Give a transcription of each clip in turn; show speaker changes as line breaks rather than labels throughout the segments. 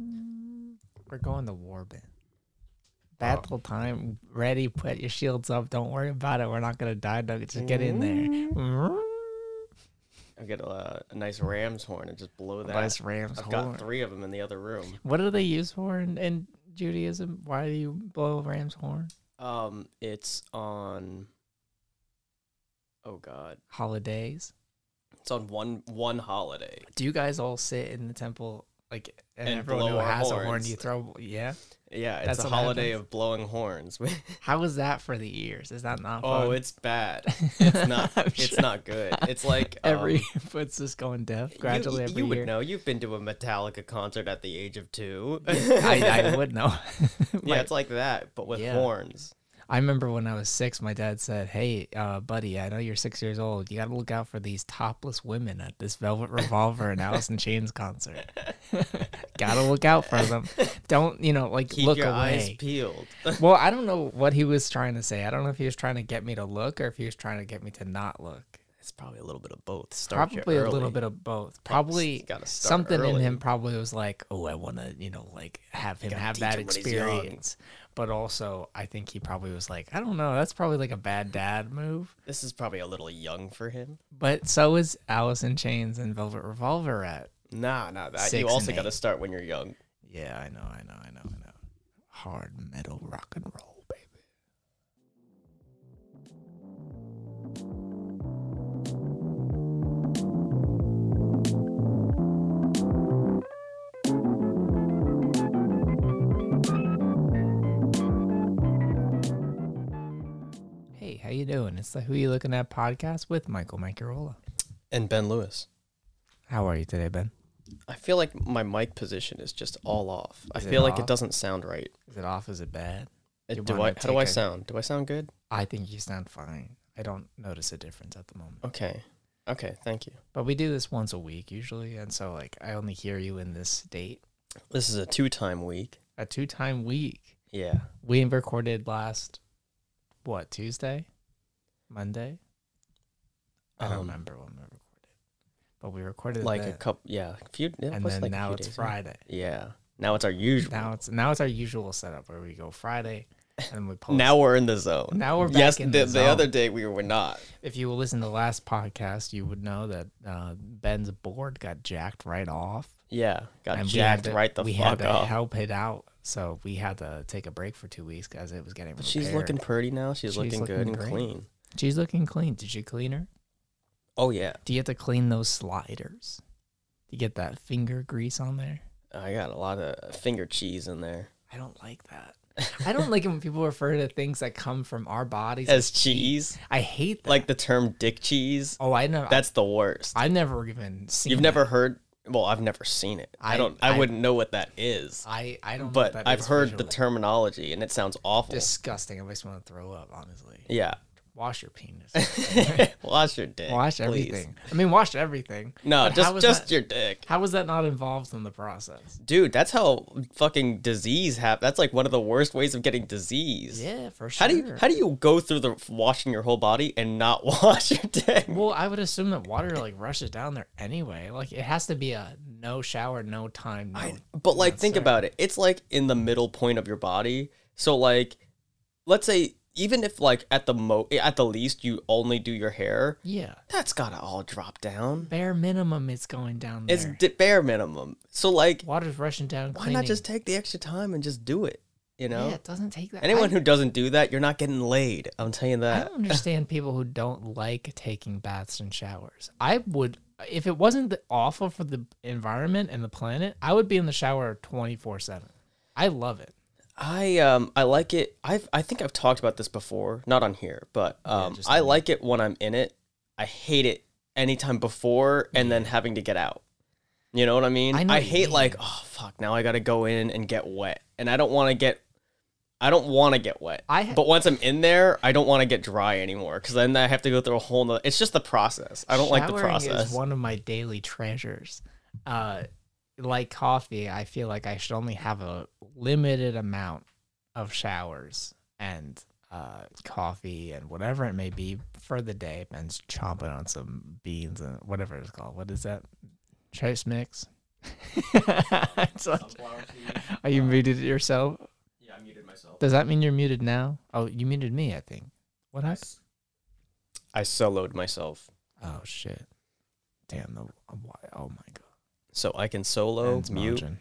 Mm.
We're going to Warband.
Oh.
Battle time. Ready. Put your shields up. Don't worry about it. We're not gonna die, Nugget. Just get in
Mm.
there.
I get a, a nice ram's horn and just blow that.
Nice ram's
I've
horn.
got three of them in the other room.
What do they use for in, in Judaism? Why do you blow a ram's horn?
Um, it's on. Oh God,
Holidays.
it's on one one holiday.
Do you guys all sit in the temple like and,
And
everyone
blow
who
our
has a horn?
horns.
You throw. Yeah.
Yeah, it's
That's
a
what
holiday
happens.
of blowing horns.
How is that for the ears? Is that not?
oh,
fun?
it's bad. It's not.
I'm
it's
sure.
not good. It's like
every
um,
foot's just going deaf
you-
gradually
You,
every
would
year.
know. You've been to a Metallica concert at the age of two.
I, I would know.
yeah,
My-
it's like that, but with
Yeah.
horns.
I remember when I was six, my dad said, Hey, uh, buddy, I know you're six years old. You got to look out for these topless women at this Velvet Revolver and Alice in Chains concert. got to look out for them. Don't, you know, like
Keep
look
your eyes
away.
peeled.
well, I don't know what he was trying to say. I don't know if he was trying to get me to look or if he was trying to get me to not look.
it's probably a little bit of both. Start you
probably a little
early.
bit of both. Probably
gotta start
something in
early.
him probably was like, "Oh, I want to, you know, like have him
Gotta
have
teach
that
him when he's young."
experience." But also, I think he probably was like, "I don't know, that's probably like a bad dad move."
This is probably a little young for him.
But so is Alice in Chains and Velvet Revolver at.
Nah, nah. That
Six
you also
and
got to
eight.
start when you're young.
Yeah, I know, I know, I know, I know. Hard metal rock and roll, baby. Hey, how you doing? It's the Who You Looking At podcast with Michael Macarola.
And Ben Lewis.
How are you today, Ben?
I feel like my mic position is just all off. I
Is it
feel like
off?
it doesn't sound right.
Is it off? Is it bad?
It-
You
do I?
wanna
How do I
take a-
sound? Do I sound good?
I think you sound fine. I don't notice a difference at the moment.
Okay. Okay. Thank you.
But we do this once a week usually, and so like I only hear you in this date.
This is a two-time week.
A two time week.
Yeah.
We recorded last what, Tuesday? Monday? I don't
Um,
remember when we recorded. But we recorded
Like
then,
a couple. Yeah. A few. Yeah, it
and
was
then
like a
now
few
it's
days, right?
Friday.
Yeah. Now it's our usual.
Now it's now it's our usual setup where we go Friday and we post
Now we're in the zone.
Now we're back
yes.
in
the,
the
the other
zone.
day we were not.
If you will listen to the last podcast, you would know that uh, Ben's board got jacked right off.
Yeah. Got
And we had
jacked
to-
right the
we had
fuck
to
up.
help it out, so we had to take a break for two weeks because it was getting.
But she's
repaired.
looking pretty now. She's,
She's
looking,
looking
good and
great.
clean.
She's looking clean. Did you clean her?
Oh yeah.
Do you have to clean those sliders? You get that finger grease on there.
I got a lot of finger cheese in there.
I don't like that. I don't like it when people refer to things that come from our bodies
As cheese?
I hate that.
Like the term dick cheese?
oh, I know.
That's the worst.
I've never even seen.
You've
that.
never heard well, I've never seen it. I,
I-
don't I,
I-
wouldn't know what that is.
I I don't. know what
But
that
I've
is
heard the
visually.
terminology and it sounds awful.
Disgusting. I just want to throw up. Honestly,
yeah.
wash your penis.
Wash your dick.
wash
please.
everything. I mean, wash everything. But
No,
how
just
is
just
that-
your dick.
How was that not involved in the process?
Dude, that's how fucking disease happens. That's like one of the worst ways of getting disease.
Yeah, for sure.
How do you how do you go through the washing your whole body and not wash your dick?
well, I would assume that water like rushes down there anyway. Like it has to be a no shower, no time. No.
But like,
Oh, That's
think
right.
about it. It's like in the middle point of your body. So like, let's say even if like at the mo at the least you only do your hair,
yeah,
that's gotta all drop down.
bare minimum, it's going down there.
It's d- bare minimum. So like,
Water's rushing down.
why
cleaning.
not just take the extra time and just do it? You know,
Yeah, it doesn't take that.
anyone
I,
who uh, doesn't do that, you're not getting laid. I'm telling you
I
that.
don't understand people who don't like taking baths and showers. I would, if it wasn't the- awful for the environment and the planet, I would be in the shower twenty four seven. I love it.
I um I like it. I've I think I've talked about this before, not on here, but um
just
I like it when I'm in it. I hate it anytime before and then having to get out. You know what I mean?
I know what you
hate
mean.
like oh fuck now I gotta go in and get wet, and I don't want to get. I don't want to get wet.
I ha-
but once I'm in there, I don't want to get dry anymore because then I have to go through a whole nother. It's just the process. I don't like the
Showering Is
process.
one of my daily treasures. Uh, like coffee, I feel like I should only have a limited amount of showers and uh, coffee and whatever it may be for the day. Ben's chomping on some beans and whatever it's called. What is that? Trace mix. It's like- are you muted yourself?
Yeah, I muted myself.
Does that mean you're muted now? Oh, you muted me, I think. What happened?
I soloed myself.
Oh shit! Damn the why- oh my god.
So I can solo,
Ends
mute.
margin.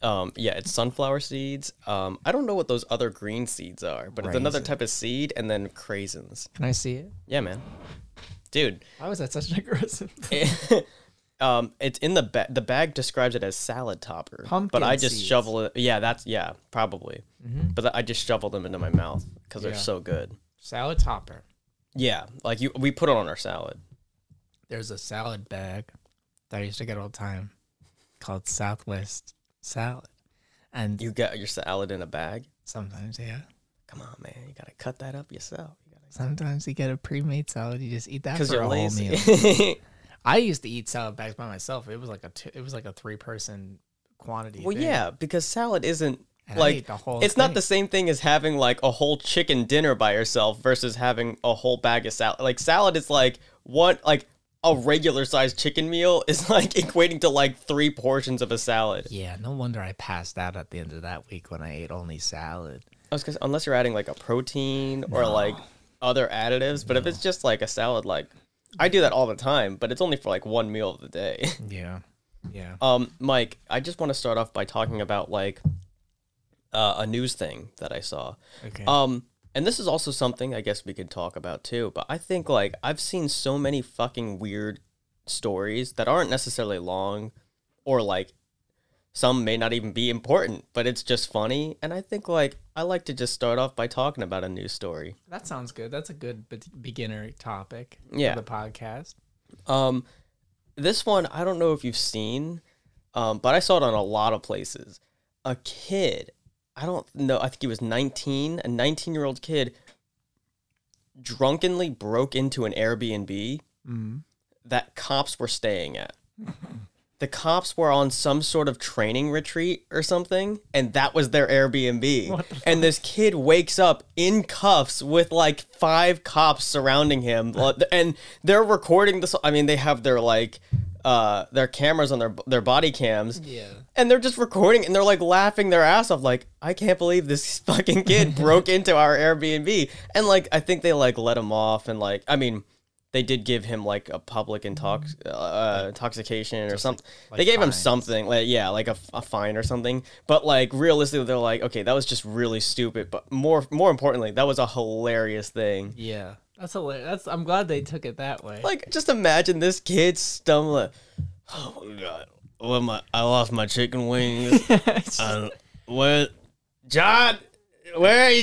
Um, yeah, it's sunflower seeds. Um, I don't know what those other green seeds are, but it's another
Raisins.
type of seed, and then craisins.
Can I see it?
Yeah, man, dude.
Why was that such an aggressive?
um, it's in the bag. The bag describes it as salad topper,
Pumpkin
but I just
seeds.
shovel it. Yeah, that's yeah, probably.
Mhm.
But I just shovel them into my mouth because
Yeah.
they're so good.
salad topper.
Yeah, like you, we put it on our salad.
There's a salad bag that I used to get all the time called Southwest salad, and
You got your salad in a bag.
sometimes yeah,
Come on, man, you gotta cut that up yourself. You gotta
sometimes you get a pre-made salad. You just eat that
because
for
you're
a whole meal.
lazy.
I used to eat salad bags by myself. It was like a two, it was like a three person quantity.
well,
thing.
yeah, because salad isn't
And I
like
ate the whole
it's not
thing.
the same thing as having like a whole chicken dinner by yourself versus having a whole bag of salad. Like salad is like one like a regular sized chicken meal is like equating to like three portions of a salad.
Yeah, no wonder I passed out at the end of that week when I ate only salad.
I was gonna, unless you're adding like a protein or like other additives, but if it's just like a salad, like I do that all the time, but it's only for like one meal of the day.
Yeah, yeah.
Um, Mike, I just want to start off by talking about like uh, a news thing that I saw.
Okay.
Um, and this is also something I guess we could talk about too. But I think like I've seen so many fucking weird stories that aren't necessarily long, or like some may not even be important, but it's just funny. And I think like I like to just start off by talking about a news story.
that sounds good. That's a good be- beginner topic
Yeah.
for the podcast.
Um, this one I don't know if you've seen, um, but I saw it on a lot of places. A kid, I don't know, I think he was 19, a 19 year old kid, drunkenly broke into an Airbnb
Mm.
that cops were staying at. The cops were on some sort of training retreat or something, and that was their Airbnb. and this kid wakes up in cuffs with like five cops surrounding him, and they're recording this. I mean, they have their like uh, their cameras on their their body cams,
Yeah.
and they're just recording it and they're like laughing their ass off like i can't believe this fucking kid broke into our airbnb and like i think they like let him off and like i mean they did give him like a public intox- uh, intoxication or something
Mm-hmm. like
they gave him
fines.
something like yeah like a, f- a fine or something but like realistically they're like okay that was just really stupid but more more importantly that was a hilarious thing
Yeah. That's hilarious. That's I'm glad they took it that way.
like just imagine this kid stumbling oh my god well, my, i lost my chicken wings
It's just-
uh, where, John? Where are you,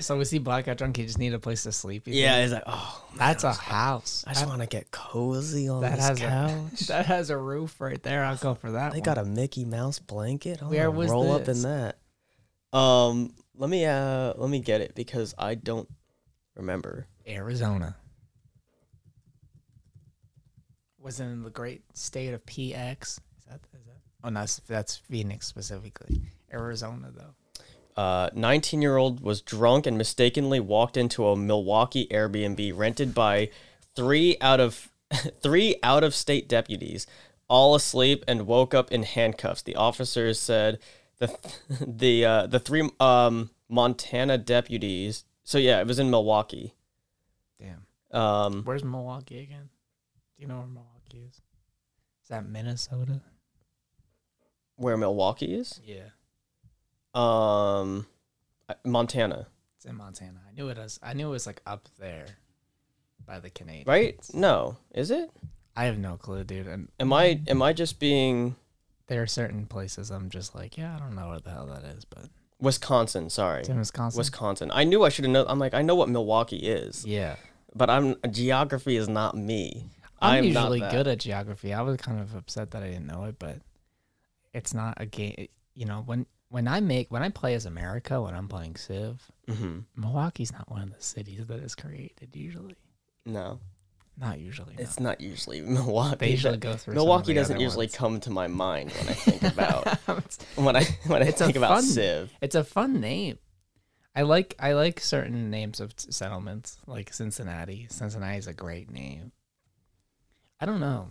so we see black out drunk. You just need a place to sleep. you
Yeah,
think?
he's like, oh, man,
That's a house.
I just want to get cozy on
That has
this couch.
a that has a roof right there. I'll go for that.
they
one.
got a Mickey Mouse blanket. I
Where
wanna
was
roll up
this?
in that? Um, let me uh, let me get it because I don't remember.
Arizona. Was in the great state of PX. Is that, is that? Oh, no, that's, that's Phoenix specifically. Arizona, though.
Uh, 19 year old was drunk and mistakenly walked into a Milwaukee Airbnb rented by three out of three out of state deputies, all asleep and woke up in handcuffs. The officers said the the uh, the three um, Montana deputies. So yeah, it was in Milwaukee.
Damn.
Um,
Where's Milwaukee again? Do you know where Milwaukee is? Is that Minnesota?
where Milwaukee is?
Yeah.
Um, Montana,
It's in Montana. I knew it was, I knew it was like up there by the Canadians.
right? No, is it?
I have no clue, dude. And
Am I am I just being
there are certain places I'm just like, yeah, I don't know what the hell that is, but
Wisconsin? Sorry.
it's in Wisconsin.
Wisconsin. I knew I should have known. I'm like, I know what Milwaukee is,
yeah.
but I'm geography is not me.
I'm,
not
usually
that.
good at geography. I was kind of upset that I didn't know it, but it's not a game. You know, when when I make when I play as America, when I'm playing Civ,
Mhm.
Milwaukee's not one of the cities that is created usually.
No,
Not usually. no.
it's not usually Milwaukee.
They usually
That-
go through some of
Milwaukee
the
doesn't
other
usually
ones.
come to my mind when I think about
it's,
when I when I
It's a
think about
fun-
Civ.
it's a fun name. I like I like certain names of t- settlements, like Cincinnati. Cincinnati is a great name. I don't know.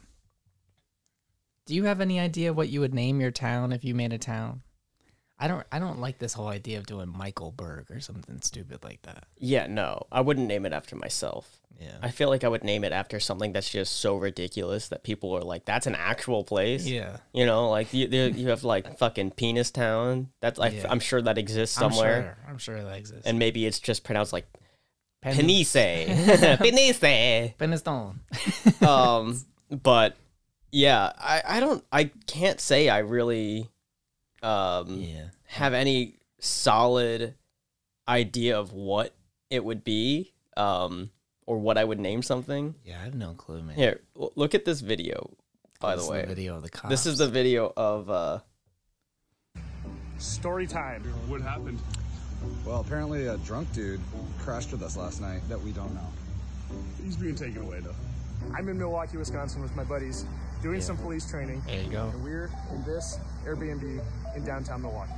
Do you have any idea what you would name your town if you made a town? I don't. I don't like this whole idea of doing Michaelburg or something stupid like that.
Yeah, no, I wouldn't name it after myself.
Yeah.
I feel like I would name it after something that's just so ridiculous that people are like, "That's an actual place."
Yeah.
You know, like you, there- you have like fucking Penis Town. That's like
Yeah.
I'm sure that exists somewhere,
I'm sure, I'm sure that exists.
and maybe it's just pronounced like
Pen-
Penice. Penice.
Peniston.
um, but yeah, I I don't I can't say I really um
Yeah.
have any solid idea of what it would be um or what I would name something.
Yeah, I have no clue, man.
Here, l- look at this video. By
This
the
is
way,
video of the cops.
this is the video of uh
Story time.
What happened?
Well, apparently a drunk dude crashed with us last night that we don't know.
He's being taken away though.
I'm in Milwaukee, Wisconsin with my buddies doing some police training.
There you go.
And we're in this Airbnb in downtown Milwaukee.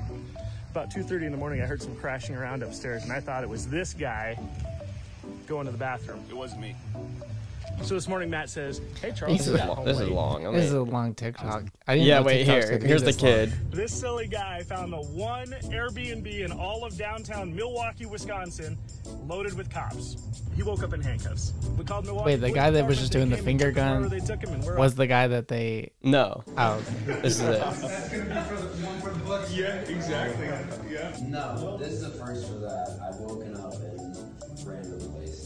About 2:30 in the morning, I heard some crashing around upstairs, and I thought it was this guy going to the bathroom.
It wasn't me.
So this morning, Matt says, "Hey Charles,
This is
this is
long.
long. This is long. I
This is
mean-
a long TikTok. I didn't
yeah,
know TikToks
wait here.
could be
Here's the
this long.
kid.
This silly guy found the one Airbnb in all of downtown Milwaukee, Wisconsin, loaded with cops. He woke up in handcuffs. We called Milwaukee.
Wait, the
Police
guy that was
Department,
just
they
doing the
came and
finger
took us
gun
wherever they took him and we're
Was the guy that they?
No,
Oh, okay.
this is it.
Yeah, exactly. Yeah.
No, this is the first for that. I've woken up in random places.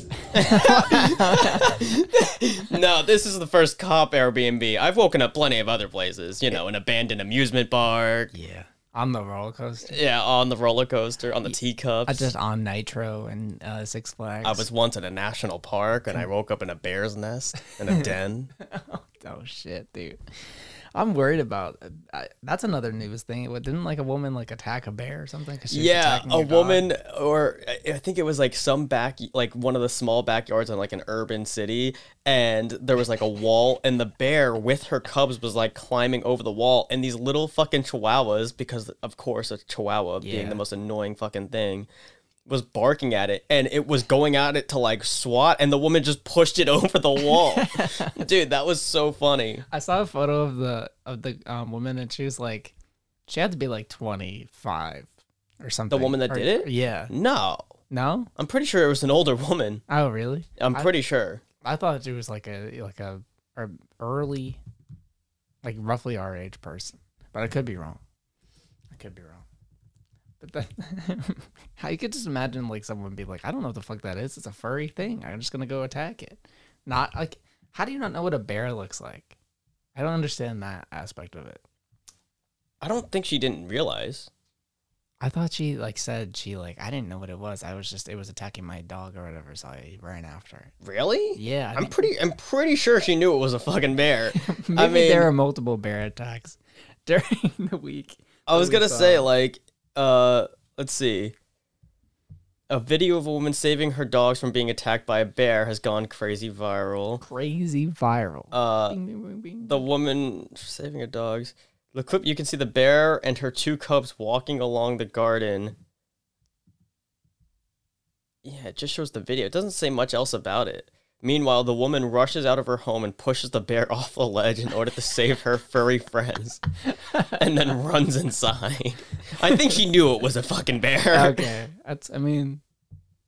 No, this is the first cop Airbnb. I've woken up plenty of other places. You know, an abandoned amusement park.
yeah. On the roller coaster,
Yeah, on the roller coaster, on the teacups.
I just on Nitro and uh, Six Flags.
I was once in a national park and I woke up in a bear's nest in a den.
Oh shit, dude. I'm worried about. I, that's another news thing. What- Didn't like a woman like attack a bear or something? 'Cause she was
yeah,
attacking
a
your dog?
woman or I- I think it was like some back like one of the small backyards in like an urban city and there was like a wall and the bear with her cubs was like climbing over the wall and these little fucking chihuahuas because of course a chihuahua being
Yeah.
the most annoying fucking thing was barking at it and it was going at it to like swat and the woman just pushed it over the wall. Dude, that was so funny.
I saw a photo of the of the um, woman, and she was like, she had to be like 25 or something.
woman that
Or-
did it?
Yeah.
No.
No.
I'm pretty sure it was an older woman.
Oh, really?
I'm
I-
pretty sure.
I thought she was like a like a, a early, like roughly our age person, but I could be wrong. I could be wrong. But that, how you could just imagine like someone be like, I don't know what the fuck that is. It's a furry thing. I'm just gonna go attack it. Not like, how do you not know what a bear looks like? I don't understand that aspect of it.
I don't think she didn't realize.
I thought she like said she like I didn't know what it was. I was just it was attacking my dog or whatever, so I ran after it.
Really?
Yeah, I
I'm
think-
pretty. I'm pretty sure she knew it was a fucking bear.
Maybe
I mean,
there are multiple bear attacks during the week.
I was
we
gonna
saw.
say like, uh, let's see. A video of a woman saving her dogs from being attacked by a bear has gone crazy viral.
Crazy viral.
Uh,
Bing, bing, bing, bing.
the woman saving her dogs. The clip you can see the bear and her two cubs walking along the garden. Yeah, it just shows the video. It doesn't say much else about it. Meanwhile, the woman rushes out of her home and pushes the bear off the ledge in order to save her furry friends and then runs inside. I think she knew it was a fucking bear.
okay, that's I mean,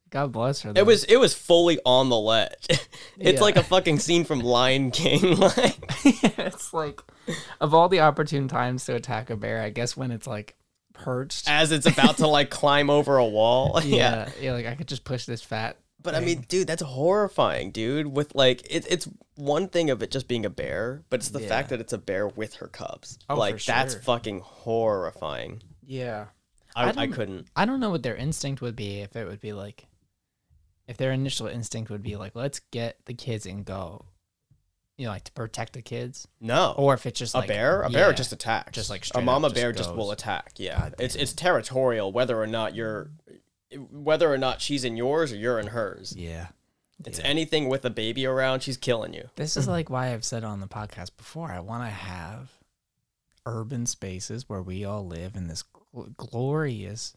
God bless her.
It was it was fully on the ledge. It's
Yeah.
like a fucking scene from Lion King. Like
it's like of all the opportune times to attack a bear, I guess when it's like perched.
as it's about to like climb over a wall. Ah, yeah.
yeah, yeah, like I could just push this fat.
But I mean, dude, that's horrifying, dude. With like, it, it's one thing of it just being a bear, but it's the fact that it's a bear with her cubs.
Oh, for
like, that's
sure.
fucking horrifying.
Yeah. I
I, I,
don't-
couldn't.
I don't know what their instinct would be if it would be like, if their initial instinct would be like, let's get the kids and go, you know, like to protect the kids,
No.
or if it's just
a
like
bear, a bear
yeah,
just attacks.
Just, like,
a
straight
mama
up just
bear just
goes.
will attack. Yeah, it's it's territorial, whether or not you're, whether or not she's in yours or you're in hers.
yeah.
It's anything with a baby around, she's killing you.
This is like why I've said on the podcast before. I want to have urban spaces where we all live in this gl- glorious,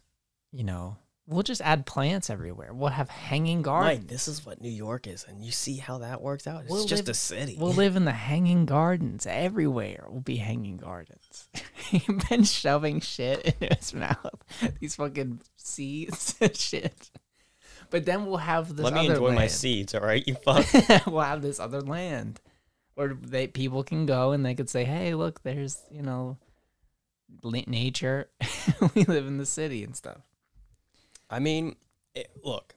you know, We'll just add plants everywhere. We'll have hanging gardens.
Mike, this is what New York is, and you see how that works out. It's
We'll
just
live-
a city.
We'll live in the hanging gardens everywhere. We'll be hanging gardens. ben shoving shit into his mouth. These fucking seeds and shit. But then we'll have this
Let me
other
enjoy
land.
my seeds, all right? You fuck.
we'll have this other land where they people can go and they could say, "Hey, look, there's you know, la- nature. we live in the city and stuff."
I mean, it, look,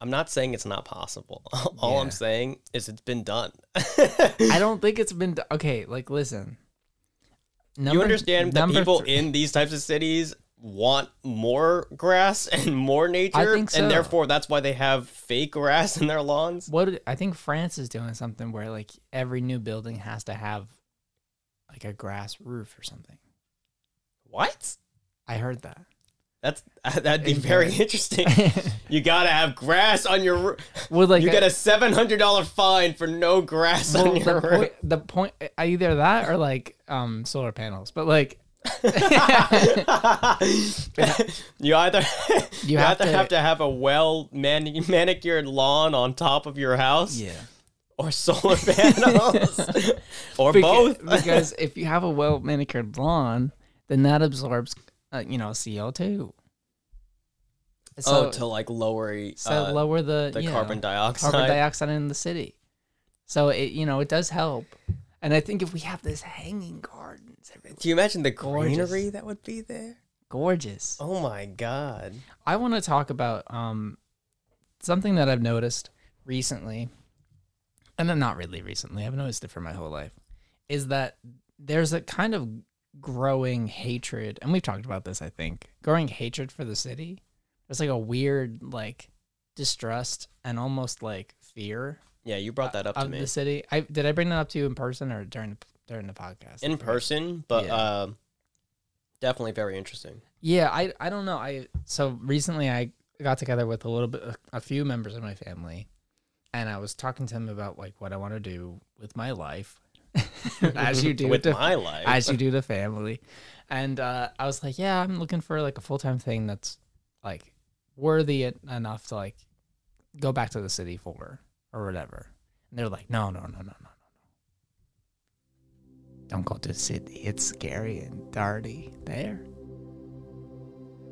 I'm not saying it's not possible. All I'm
Yeah.
saying is it's been done.
I don't think it's been d- okay. Like, listen.
you
Number-
understand that
number
people
thr-
in these types of cities want more grass and more nature,
think so.
and therefore that's why they have fake grass in their lawns.
what I think France is doing something where like every new building has to have like a grass roof or something.
What?
I heard that.
That's that'd be very interesting. you gotta have grass on your. roo-
Well, like
you
I-
get a seven hundred dollar fine for no grass
well,
on your.
the,
roof.
point, the point uh, either that or like um solar panels, but like
you either you,
have
either
to-
have to have a well mani- manicured lawn on top of your house, or solar panels, or
Beca-
both.
because if you have a well manicured lawn, then that absorbs uh, you know CO two.
oh, to like lower
uh, so
uh,
lower the
the
you know,
carbon dioxide.
carbon dioxide in the city. So it you know it does help, and I think if we have this hanging gardens, everything
Do you imagine the
Gorgeous.
greenery that would be there?
gorgeous.
Oh my god!
I want to talk about um something that I've noticed recently, and then not really recently. I've noticed it for my whole life, is that there's a kind of growing hatred, and we've talked about this. I think growing hatred for the city. There's like a weird like distrust and almost like fear
Yeah, you brought that up to
of
me
the city. I did I bring that up to you in person or during the, during the podcast?
in person, but
Yeah.
uh, definitely very interesting.
Yeah, I I don't know. I so recently I got together with a little bit a few members of my family, and I was talking to them about like what I want to do with my life, as you do
with
to-
my life.
as you do to family, and uh, I was like, yeah, I'm looking for like a full time thing that's like worthy en- enough to like go back to the city for or whatever. And they're like, no, no, no, no, no, no, no. Don't go to the city. It's scary and dirty there.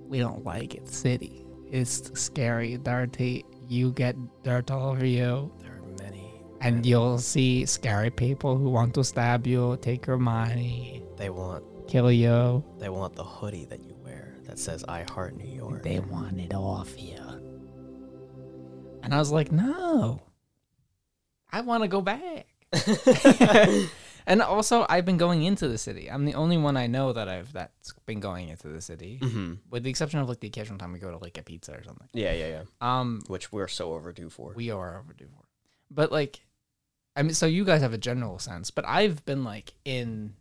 We don't like it, city. It's scary, dirty. You get dirt all over you.
there are many.
And you'll see scary people who want to stab you, take your money,
They want
kill you.
they want the hoodie that you wear that says "I Heart New York."
They want it off you. And I was like, no, I want to go back. and also, I've been going into the city. I'm the only one I know that I've that's been going into the city, with the exception of like the occasional time we go to like a pizza or something.
Mm-hmm. Yeah, yeah, yeah.
Um,
Which we're so overdue for.
we are overdue for. But like, I mean, so you guys have a general sense, but I've been like in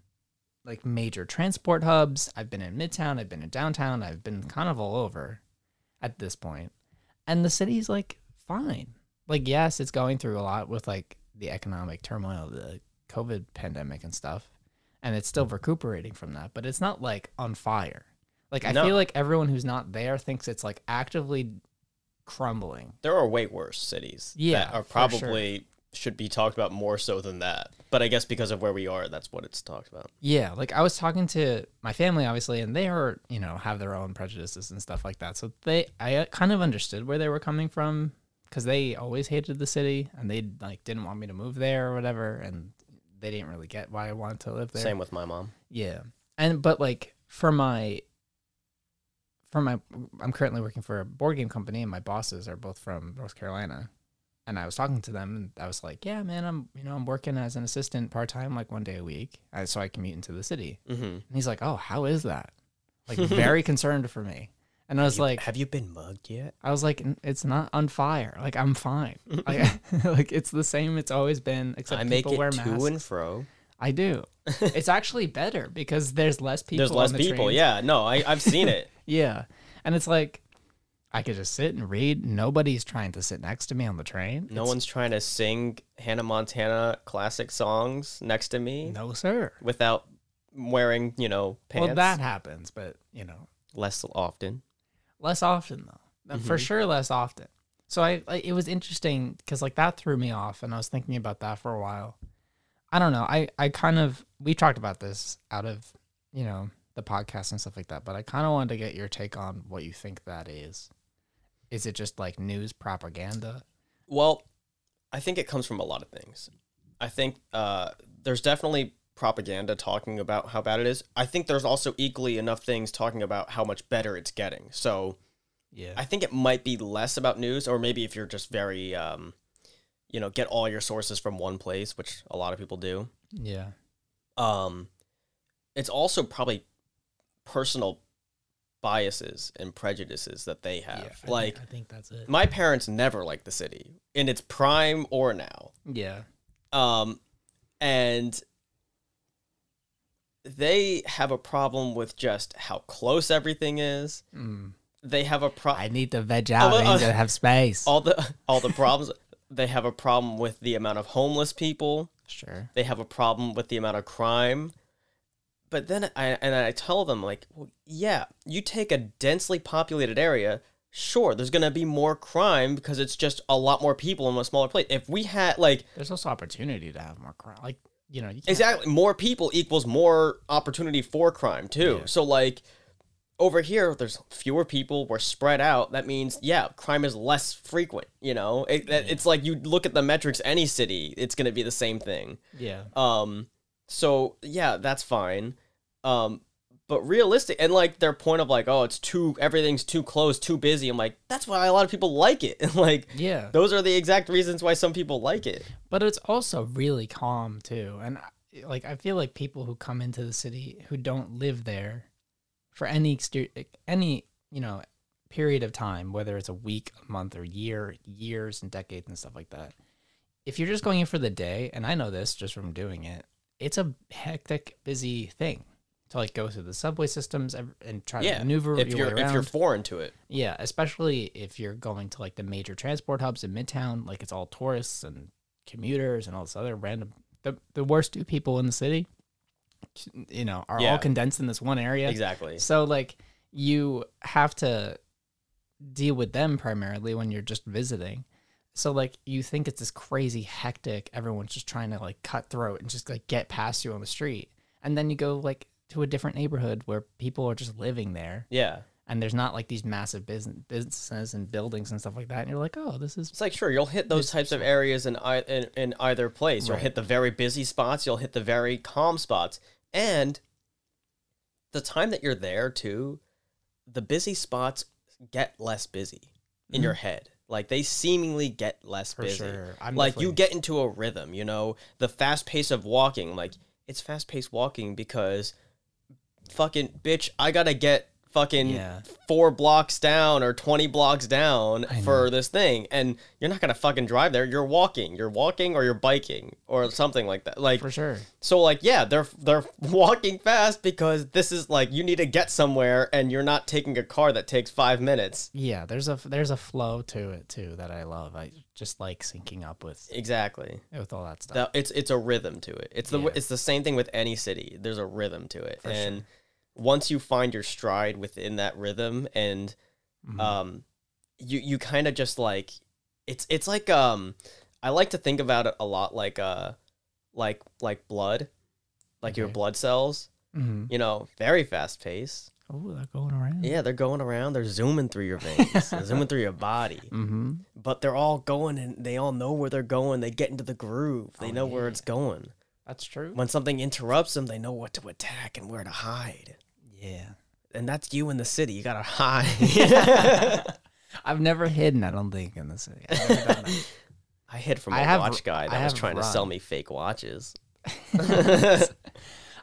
like major transport hubs. I've been in Midtown. I've been in downtown. I've been kind of all over at this point, and the city's like fine. Like, yes, it's going through a lot with like the economic turmoil, the COVID pandemic and stuff, and it's still recuperating from that. But it's not like on fire. Like I
No.
feel like everyone who's not there thinks it's like actively crumbling.
there are way worse cities
Yeah,
that are
for sure.
probably should be talked about more so than that. But I guess because of where we are, that's what it's talked about.
Yeah, like I was talking to my family, obviously, and they are, you know, have their own prejudices and stuff like that. So they, I uh, kind of understood where they were coming from because they always hated the city and they like didn't want me to move there or whatever, and they didn't really get why I wanted to live there.
Same with my mom.
Yeah, and but like for my, for my, I'm currently working for a board game company, and my bosses are both from North Carolina, and I was talking to them, and I was like, "Yeah, man, I'm you know I'm working as an assistant part time, like one day a week, uh, so I commute into the city." Mm-hmm. And he's like, "Oh, how is that?" Like very concerned for me, and I was like,
Have you been mugged yet?
I was like, "N- "It's not on fire. Like I'm fine. like, like it's the same. It's always been. Except
I make
people
it
wear
to
masks.
and fro.
I do. it's actually better because there's less people.
There's
on
less
the
people.
trains.
Yeah, no, I, I've seen it.
Yeah. And it's like I could just sit and read. Nobody's trying to sit next to me on the train.
No
It's-
one's trying to sing Hannah Montana classic songs next to me
No sir.
without wearing, you know, pants
Well that happens, but you know,
less often.
less often though,
Mm-hmm.
for sure less often. So I, I it was interesting because like that threw me off, and I was thinking about that for a while. I don't know. I I kind of we talked about this out of you know the podcast and stuff like that, but I kind of wanted to get your take on what you think that is. Is it just like news propaganda?
Well, I think it comes from a lot of things. I think uh, there's definitely propaganda talking about how bad it is. I think there's also equally enough things talking about how much better it's getting. So
Yeah.
I think it might be less about news, or maybe if you're just very, um, you know, get all your sources from one place, which a lot of people do.
yeah.
Um, it's also probably personal biases and prejudices that they have. like,
I think that's it.
my parents never liked the city in its prime or now.
Yeah.
Um, and they have a problem with just how close everything is. They have a
I
problem.
need to veg out.
well,
I need
uh,
to have space.
All the all the problems. they have a problem with the amount of homeless people.
sure.
They have a problem with the amount of crime. But then I and I tell them like, well, yeah, you take a densely populated area, sure, there's gonna be more crime because it's just a lot more people in a smaller place. If we had like
There's also opportunity to have more crime. Like you know, you can't-
Exactly. More people equals more opportunity for crime too. So like over here there's fewer people, we're spread out. That means yeah, crime is less frequent, you know? It, that it's like you look at the metrics any city, it's going to be the same thing.
yeah.
Um so yeah, that's fine. Um but realistic and like their point of like oh it's too everything's too close, too busy. I'm like that's why a lot of people like it. And like
Yeah.
those are the exact reasons why some people like it.
but it's also really calm too and I- like i feel like people who come into the city who don't live there for any exter- any you know period of time whether it's a week a month or year years and decades and stuff like that if you're just going in for the day and i know this just from doing it it's a hectic busy thing to like go through the subway systems ev- and try
Yeah.
to maneuver
if
your
you're
way around.
if you're foreign to it.
Yeah, especially if you're going to like the major transport hubs in Midtown, like it's all tourists and commuters and all this other random. The the worst two people in the city, you know, are
Yeah.
all condensed in this one area.
Exactly.
So like you have to deal with them primarily when you're just visiting. So like you think it's this crazy hectic everyone's just trying to like cut throat and just like get past you on the street. And then you go like to a different neighborhood where people are just living there
Yeah.
and there's not like these massive business businesses and buildings and stuff like that. And you're like, oh, this is
It's like sure, you'll hit those types of areas in ei- in, in either place. You'll hit the very busy spots, you'll hit the very calm spots. And the time that you're there too, the busy spots get less busy in your head. Like they seemingly get less busy.
Mm-hmm. sure. I'm
like you
definitely-
get into a rhythm, you know, the fast pace of walking, like it's fast paced walking because fucking bitch, I gotta get fucking
Yeah.
four blocks down or 20 blocks down for this thing. And you're not gonna fucking drive there. You're walking. You're walking or you're biking or something like that. Like
for sure.
so like yeah, they're they're walking fast because this is like you need to get somewhere and you're not taking a car that takes five minutes.
Yeah, there's a there's a flow to it too that I love. I just like syncing up with
Exactly.
with all that stuff.
That it's it's a rhythm to it. It's the it's the same thing with any city. There's a rhythm to it, and once you find your stride within that rhythm, and um, you you kind of just like it's it's like um, I like to think about it a lot like uh, like like blood, like your blood cells.
Mhm.
You know, very fast pace.
Oh, they're going around.
Yeah, they're going around. They're zooming through your veins, they're zooming through your body.
Mm-hmm.
But they're all going, and they all know where they're going. They get into the groove. They know where it's going
That's true.
when something interrupts them, they know what to attack and where to hide.
Yeah,
And that's you in the city. You gotta hide.
I've never hidden. I don't think in the city. I've never done that.
I hid from a
I have-
watch guy that
I
was
have
trying to sell
run.
me fake watches.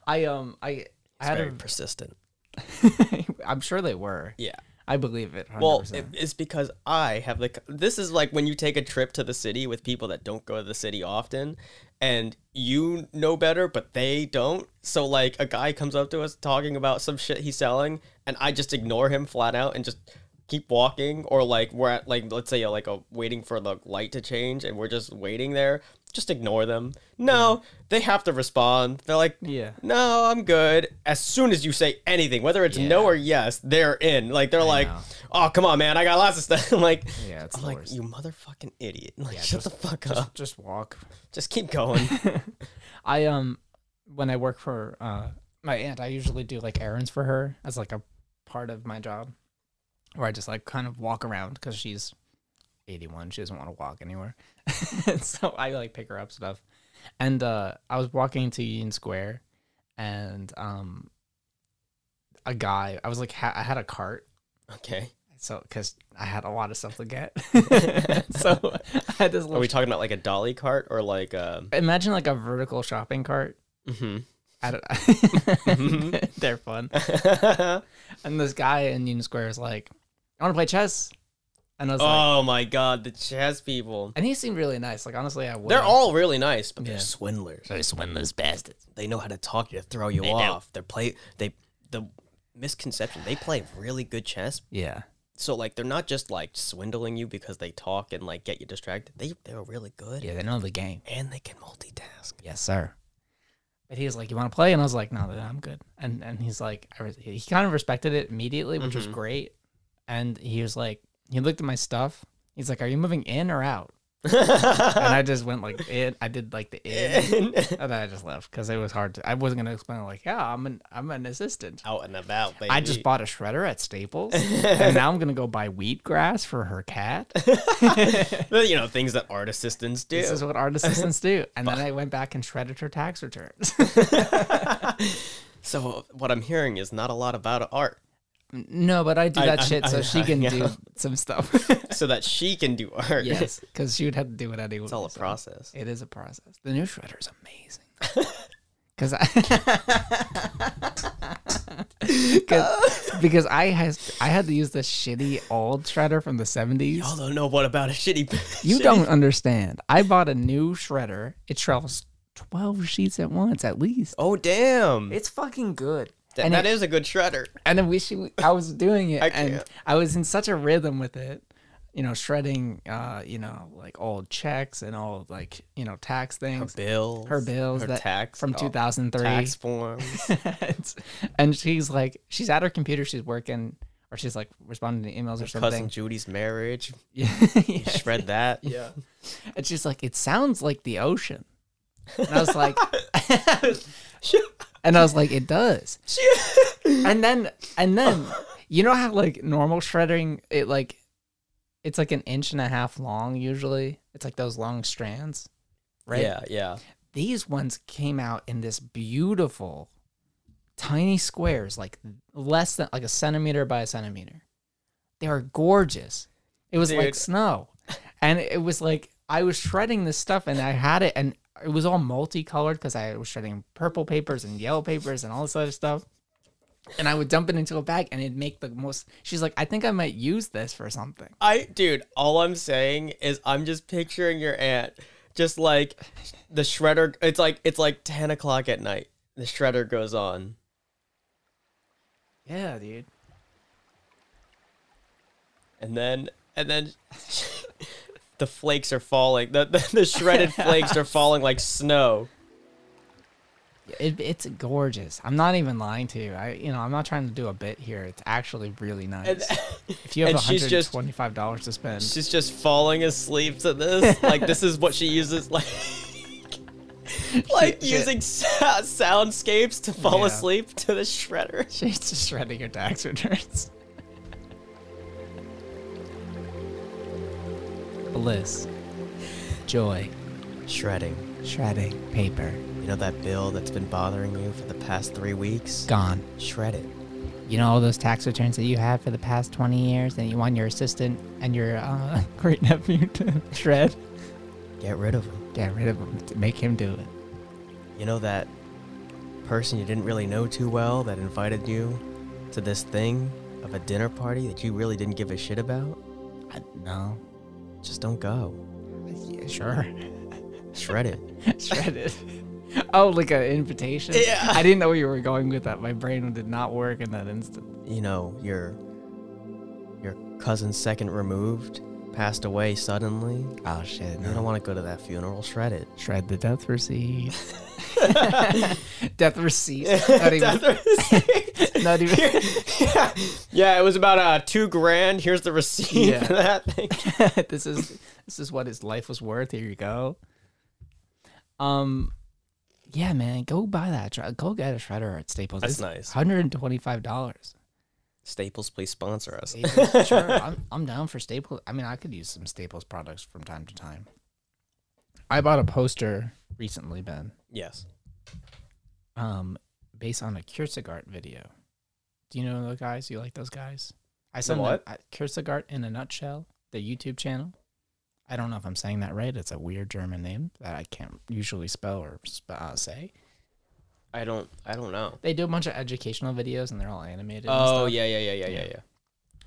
I um I I had
Very
a,
persistent.
I'm sure they were.
Yeah.
I believe it. 100%.
Well, it- it's because I have the. This is like when you take a trip to the city with people that don't go to the city often, and you know better, but they don't. So like a guy comes up to us talking about some shit he's selling, and I just ignore him flat out and just keep walking or like we're at like let's say uh, like a waiting for the light to change and we're just waiting there just ignore them no they have to respond they're like
Yeah.
no i'm good as soon as you say anything whether it's no
Yeah.
or yes they're in like they're like
know.
oh come on man i got lots of stuff I'm like
Yeah, it's
i'm
the
like
worst.
you motherfucking idiot like
Yeah,
shut
just-
the fuck
Just,
up
just walk.
just keep going
I um when I work for uh my aunt, I usually do like errands for her as like a part of my job, where I just like kind of walk around because she's eighty one. She doesn't want to walk anywhere, so I like pick her up stuff. And uh, I was walking to Union Square, and um, a guy. I was like, ha- I had a cart,
okay
so because I had a lot of stuff to get, so I had this
are
little.
we talking about like a dolly cart or like um
imagine like a vertical shopping cart
mhm.
I don't, they're fun.
mm-hmm.
and this guy in Union Square is like, I want to play chess. And I was like,
oh my god the chess people
and he seemed really nice. Like, honestly, I would.
They're all really nice, but
Yeah.
they're swindlers.
those swindlers bastards.
They know how to talk you to throw you off. They play they the misconception. They play really good chess.
Yeah.
So like they're not just like swindling you because they talk and like get you distracted. They they're really good
Yeah, they know the game.
and they can multitask.
Yes, sir. But he was like, "You want to play?" And I was like, "No, I'm good." And and he's like, I res- he kind of respected it immediately, which was great. And he was like, he looked at my stuff. He's like, "Are you moving in or out?" and I just went like in. I did like the in, and then I just left because it was hard. to I wasn't gonna explain like, "Yeah, I'm an I'm an assistant."
Out and about, baby.
I just bought a shredder at Staples, and now I'm gonna go buy wheat grass for her cat.
you know things that art assistants do.
This is what art assistants do. And then I went back and shredded her tax returns.
so what I'm hearing is not a lot about art,
No, but I do
I-
that
I-
shit so
I-
she
I
can
know.
do some stuff.
so that she can do art.
yes, because she would have to do it anyway.
it's all a
so
process.
It is a process. The new shredder is amazing. Because I, Cause, because I has I had to use the shitty old shredder from the seventies.
Y'all don't know what about a shitty.
You
shitty-
don't understand. I bought a new shredder. It travels twelve sheets at once, at least.
Oh damn!
It's fucking good.
Th-
and
that
it-
is a good shredder.
and I wish you, I was doing it,
I
and
can't.
I was in such a rhythm with it, you know, shredding, uh, you know, like old checks and all like you know tax things,
bills,
her bills, that,
tax
from
oh,
2003,
tax forms.
and, and she's like, she's at her computer, she's working, or she's like responding to emails or
Cousin
something.
Judy's marriage,
Yeah,
shred that.
yeah, and she's like, it sounds like the ocean, and I was like, and I was like, it does. and then and then you know how like normal shredding it like it's like an inch and a half long usually it's like those long strands right
Yeah, yeah.
these ones came out in this beautiful tiny squares like less than like a centimeter by a centimeter they were gorgeous it was like
Dude.
snow and it was like i was shredding this stuff and i had it and it was all multicolored because i was shredding purple papers and yellow papers and all this other stuff and i would dump it into a bag and it'd make the most she's like i think i might use this for something
I, dude, all I'm saying is I'm just picturing your aunt, just like the shredder. It's like it's like 10 o'clock at night. The shredder goes on.
yeah dude
and then and then the flakes are falling. The, the the shredded flakes are falling like snow.
It, it's gorgeous. I'm not even lying to you. I, you know, I'm not trying to do a bit here. It's actually really nice. if you have
and she's just-
$125 to spend,
She's just falling asleep to this. Like this is what she uses. Like. Like
Shit.
using sa- soundscapes to fall
Yeah.
asleep to the shredder.
she's just shredding your tax returns. Bliss, joy,
Shredding.
shredding paper
You know that bill that's been bothering you for the past three weeks?
gone.
Shred it.
You know all those tax returns that you have for the past 20 years that you want your assistant and your uh, great nephew to shred?
Get rid of them.
Get rid of him. Make him do it.
You know that person you didn't really know too well that invited you to this thing of a dinner party that you really didn't give a shit about?
I, Uh, no.
Just don't go.
Yeah, sure.
Shred it.
shredded. Oh, like an invitation.
Yeah.
I didn't know where you were going with that. My brain did not work in that instant.
You know, your your cousin's second removed passed away suddenly.
Oh shit!
I don't want to go to that funeral. Shred it.
Shred the death receipt. death receipt. Not even. Not even.
yeah, it was about uh, two grand. Here's the receipt
Yeah.
for that thing.
this is this is what his life was worth. Here you go. Um, yeah, man, go buy that. shred- Go get a shredder at Staples.
That's nice.
Hundred and twenty-five dollars.
Staples, please sponsor us.
sure, I'm, I'm down for Staples. I mean, I could use some Staples products from time to time. I bought a poster recently, Ben,
yes.
um, based on a Kierkegaard video. Do you know the guys? You like those guys? I saw
what?
Kierkegaard in a nutshell, the YouTube channel. I don't know if I'm saying that right. It's a weird German name that I can't usually spell or sp- uh, say.
I don't. I don't know.
They do a bunch of educational videos and they're all animated. and
Oh
stuff.
yeah, yeah, yeah, yeah, yeah, yeah.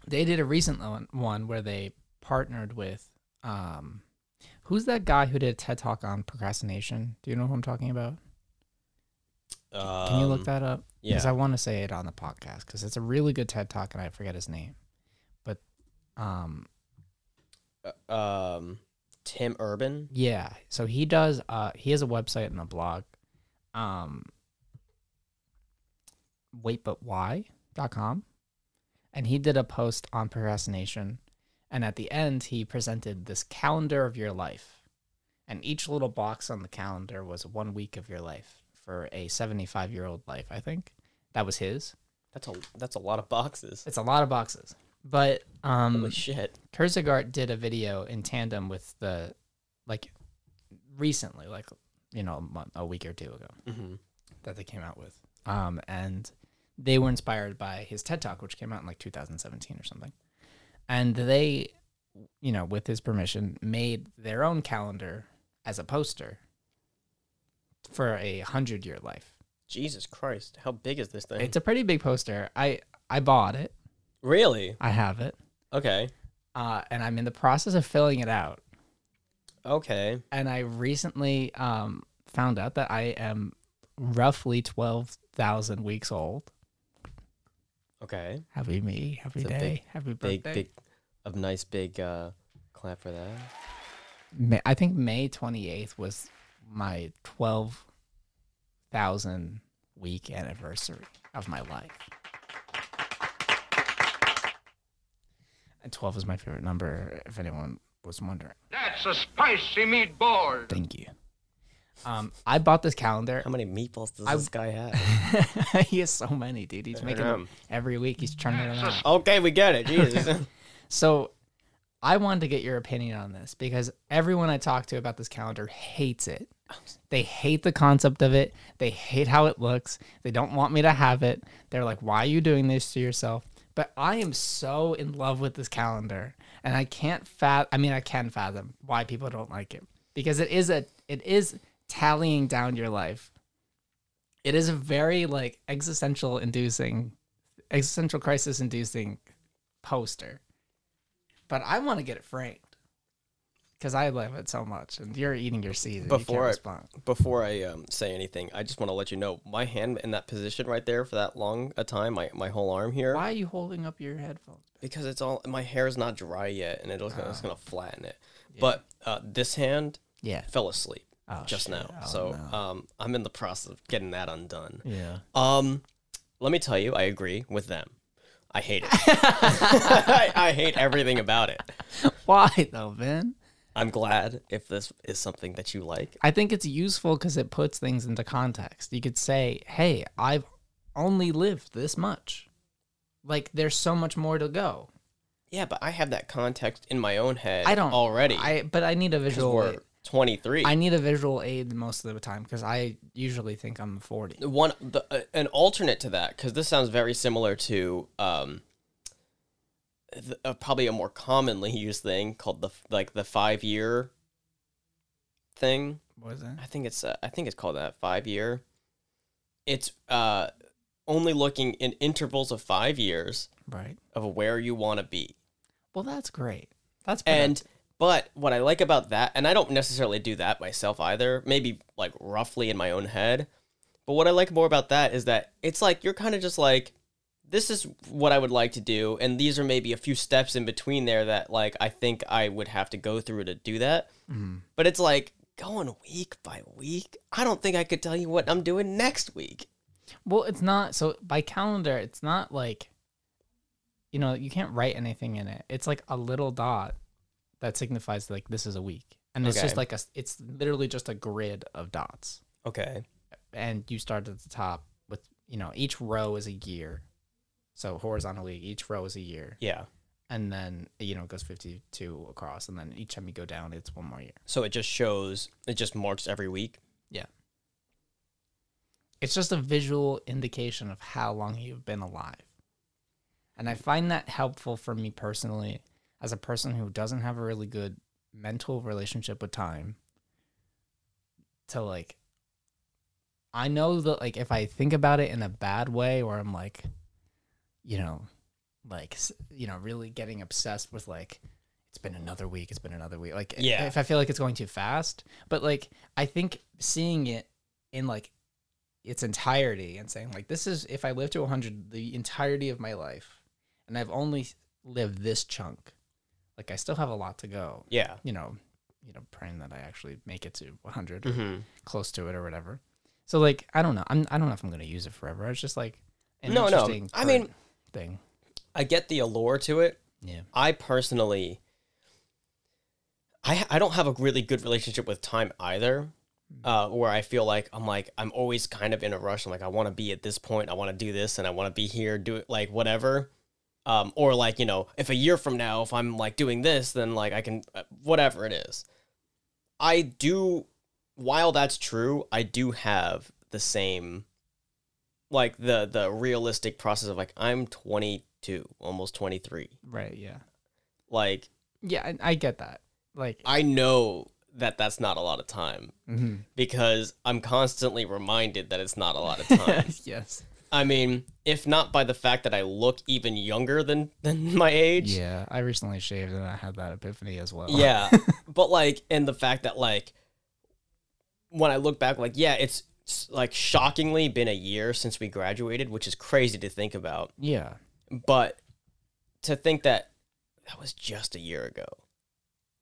they did a recent one- one where they partnered with um who's that guy who did a TED talk on procrastination? Do you know who I'm talking about? Can you look
Um,
that up? Because
yeah.
I want to say it on the podcast because it's a really good TED talk and I forget his name. But um
um Tim Urban.
yeah, so he does uh he has a website and a blog. Um waitbutwhy.com and he did a post on procrastination and at the end he presented this calendar of your life and each little box on the calendar was one week of your life for a 75 year old life i think that was his
That's a that's a lot of boxes.
it's a lot of boxes but um
Holy shit.
Herzogart did a video in tandem with the, like, recently, like, you know, a, month, a week or two ago that they came out with. Um, and they were inspired by his TED Talk, which came out in like 2017 or something. And they, you know, with his permission, made their own calendar as a poster for a hundred year life.
Jesus Christ. How big is this thing?
It's a pretty big poster. I I bought it.
really?
I have it.
Okay.
Uh, and I'm in the process of filling it out.
Okay.
and I recently um, found out that I am roughly twelve thousand weeks old.
Okay.
Happy me, happy
It's a
day,
big-
happy birthday.
Big big a nice big uh clap for that.
May, I think May twenty eighth was my twelve thousand week anniversary of my life. And twelve is my favorite number. If anyone was wondering,
That's a spicy meatball.
thank you. Um, I bought this calendar.
How many meatballs does
I-
this guy have?
he has so many, dude. He's making
know.
them every week. He's turning them out.
okay, we get it. Jesus.
So I wanted to get your opinion on this because everyone I talk to about this calendar hates it. They hate the concept of it. They hate how it looks. They don't want me to have it. They're like, why are you doing this to yourself? But I am so in love with this calendar and I can't fathom I mean I can fathom why people don't like it. Because it is a it is tallying down your life. It is a very like existential inducing existential crisis inducing poster but I want to get it framed because I love it so much, and you're eating your season. you can't
before I,
respond.
before I um, say anything, I just want to let you know my hand in that position right there for that long a time, my, my whole arm here,
Why are you holding up your headphones?
because it's all my hair is not dry yet, and it'll
Ah.
it's gonna flatten it. But uh, this hand
Yeah.
fell asleep
Oh,
just
shit.
now,
Oh,
so
no.
um, I'm in the process of getting that undone.
Yeah.
Um, let me tell you, I agree with them. I hate it. I, I hate everything about it.
Why though, Ben?
I'm glad if this is something that you like.
I think it's useful because it puts things into context. You could say, "Hey, I've only lived this much. Like, there's so much more to go."
Yeah, but I have that context in my own head.
I don't
already.
I but I need a
'cause
visual.
we're
aid.
23.
I need a visual aid most of the time because I usually think I'm 40.
one the, uh, an alternate to that because this sounds very similar to um th- uh, probably a more commonly used thing called the f- like the five year thing
What is that?
i think it's uh, i think it's called that five year it's uh only looking in intervals of five years
Right.
of where you want to be
Well, that's great. That's
and but what I like about that, and I don't necessarily do that myself either, maybe like roughly in my own head. But what I like more about that is that it's like you're kind of just like, this is what I would like to do, and these are maybe a few steps in between there that like I think I would have to go through to do that. But it's like going week by week. I don't think I could tell you what I'm doing next week.
Well, it's not so by calendar, it's not like you know, you can't write anything in it. It's like a little dot that signifies like this is a week. And it's just
Okay.
like a s- it's literally just a grid of dots.
Okay.
And you start at the top with, you know, each row is a year. So horizontally, each row is a year.
Yeah.
And then, you know, it goes 52 across and then each time you go down, it's one more year.
So it just shows it just marks every week.
Yeah. It's just a visual indication of how long you've been alive. And I find that helpful for me personally as a person who doesn't have a really good mental relationship with time to like I know that like if I think about it in a bad way or I'm like you know like s- you know really getting obsessed with like it's been another week it's been another week like
Yeah.
if I feel like it's going too fast but like I think seeing it in like its entirety and saying like this is if I live to 100 the entirety of my life and I've only lived this chunk like I still have a lot to go
Yeah.
you know, you know, praying that I actually make it to 100 or
Mm-hmm.
close to it or whatever. So like, I don't know. I'm I don't know if I'm gonna use it forever. It's just like an
No, no.
interesting
I mean-
current thing.
I get the allure to it.
Yeah.
I personally, I I don't have a really good relationship with time either, uh, where I feel like I'm like I'm always kind of in a rush. I'm like I want to be at this point, I want to do this, and I want to be here, do it like whatever. Um, or like you know, if a year from now, if I'm like doing this, then like I can uh, whatever it is. I do. While that's true, I do have the same, like the the realistic process of like I'm 22, almost 23
Right. Yeah.
like
Yeah. I, I get that. Like.
i know that that's not a lot of time
mhm.
because i'm constantly reminded that it's not a lot of time
yes.
i mean if not by the fact that i look even younger than than my age
Yeah. I recently shaved and I had that epiphany as well.
yeah but like and the fact that like when i look back like yeah it's, it's like shockingly been a year since we graduated which is crazy to think about
Yeah.
but to think that that was just a year ago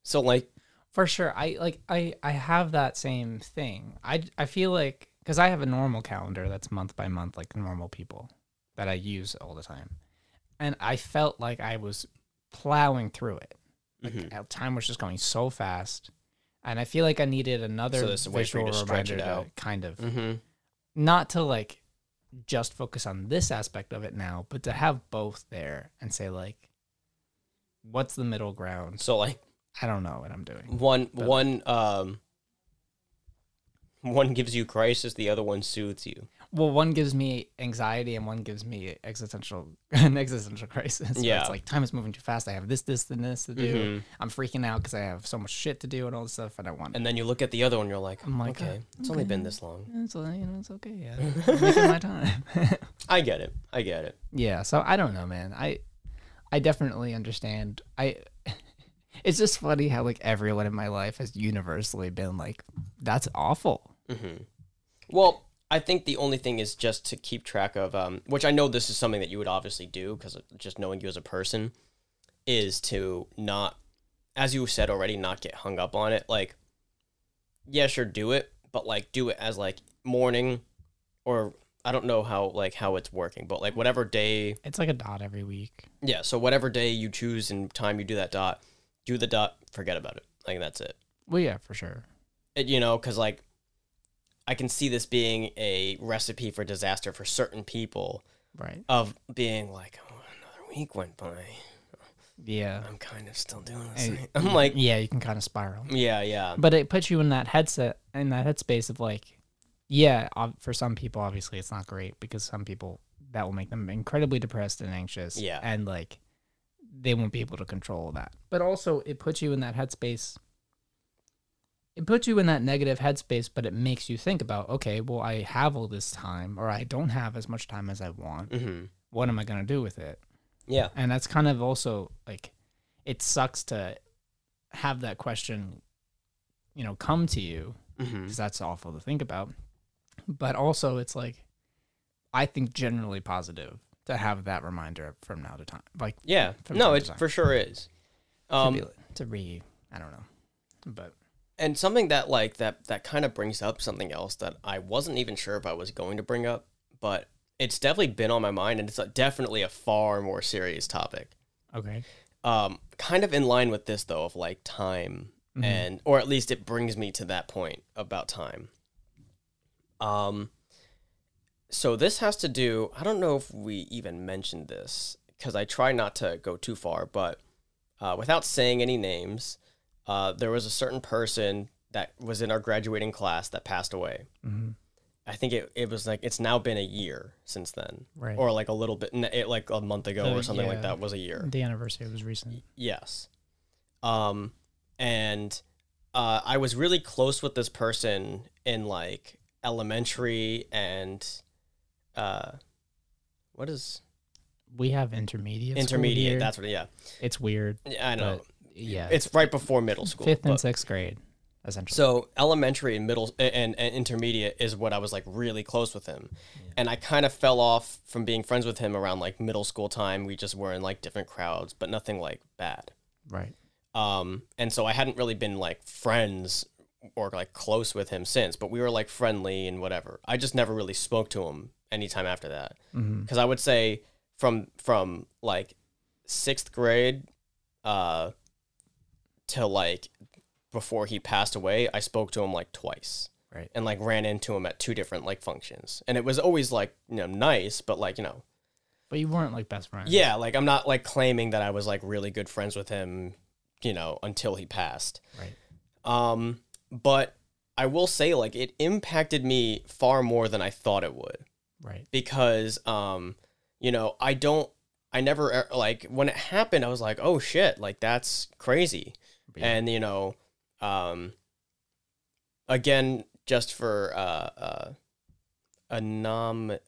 so like
For sure. I like I I have that same thing. I I feel like cuz I have a normal calendar that's month by month like normal people that I use all the time. And I felt like I was plowing through it. Like
Mm-hmm.
uh, time was just going so fast. And I feel like I needed
So
another
there's a way for you
visual
to stretch
reminder
it
to
out.
kind of
mm-hmm.
not to like just focus on this aspect of it now, but to have both there and say like what's the middle ground?
so like
I don't know what I'm doing.
one one um one gives you crisis the other one soothes you
well one gives me anxiety and one gives me existential an existential crisis Where
Yeah. Mm-hmm.
it's like time is moving too fast i have this this and this to do i'm freaking out because i have so much shit to do and all this stuff and i want
and then you look at the other one you're like,
I'm like,
okay it's only been this long
it's, uh, you know, it's okay yeah I'm making my time
i get it i get it
yeah so i don't know man i i definitely understand i it's just funny how like everyone in my life has universally been like that's awful
well i think the only thing is just to keep track of um which i know this is something that you would obviously do because just knowing you as a person is to not as you said already not get hung up on it like yeah sure do it but like do it as like morning or i don't know how like how it's working but like whatever day
it's like a dot every week
Yeah, so whatever day you choose and time you do that dot, do the dot, forget about it. Like that's it.
well yeah for sure
it you know, cuz like I can see this being a recipe for disaster for certain people
right
of being like, "Oh, another week went by.
yeah
I'm kind of still doing this." thing." I'm like,
yeah you can kind of spiral
"Yeah, yeah."
but it puts you in that headset in that headspace of like yeah ob- for some people obviously it's not great because some people that will make them incredibly depressed and anxious
Yeah.
and like they won't be able to control that but also it puts you in that headspace it puts you in that negative headspace but it makes you think about okay well i have all this time or i don't have as much time as i want
Mhm.
what am i going to do with it
Yeah.
and that's kind of also like it sucks to have that question you know come to you
Mhm.
because that's awful to think about but also it's like i think generally positive to have that reminder from now to time. Like
Yeah.
from
No,
time to
it
time.
for sure is.
to,
Um,
be, to re I don't know, but
and something that like that that kind of brings up something else that I wasn't even sure if I was going to bring up, but it's definitely been on my mind, and it's a, definitely a far more serious topic.
okay.
Um, kind of in line with this though, of like time,
Mm-hmm.
and or at least it brings me to that point about time. Um, so this has to do. I don't know if we even mentioned this because I try not to go too far, but uh, without saying any names, uh, there was a certain person that was in our graduating class that passed away.
Mm-hmm.
I think it, it was like it's now been a year since then,
Right.
or like a little bit, n- it, like a month ago
Uh,
or something
yeah.
like that was a year.
The anniversary was recent.
Yes. Um, and uh, I was really close with this person in like elementary and uh, what is
We have intermediate. school
intermediate?
here.
That's what. Yeah,
it's weird.
Yeah, I know.
But, yeah, it's
It's right before middle school.
fifth and
but-
sixth grade, essentially.
So elementary and middle and, and intermediate is what I was like really close with him, and I kind of fell off from being friends with him around like middle school time. We just were in like different crowds, but nothing like bad.
right.
um and so i hadn't really been like friends or like close with him since but we were like friendly and whatever i just never really spoke to him anytime after that because i would say from from like sixth grade uh till like before he passed away i spoke to him like twice
Right.
and like ran into him at two different like functions and it was always like you know nice but like you know
But you weren't like best friends.
yeah, like I'm not like claiming that I was like really good friends with him, you know, until he passed.
Right.
Um, but I will say like it impacted me far more than I thought it would
Right.
because um, you know, I don't I never er, like when it happened I was like, "Oh shit, like that's crazy."
Yeah.
And you know, um again just for uh uh anom uh,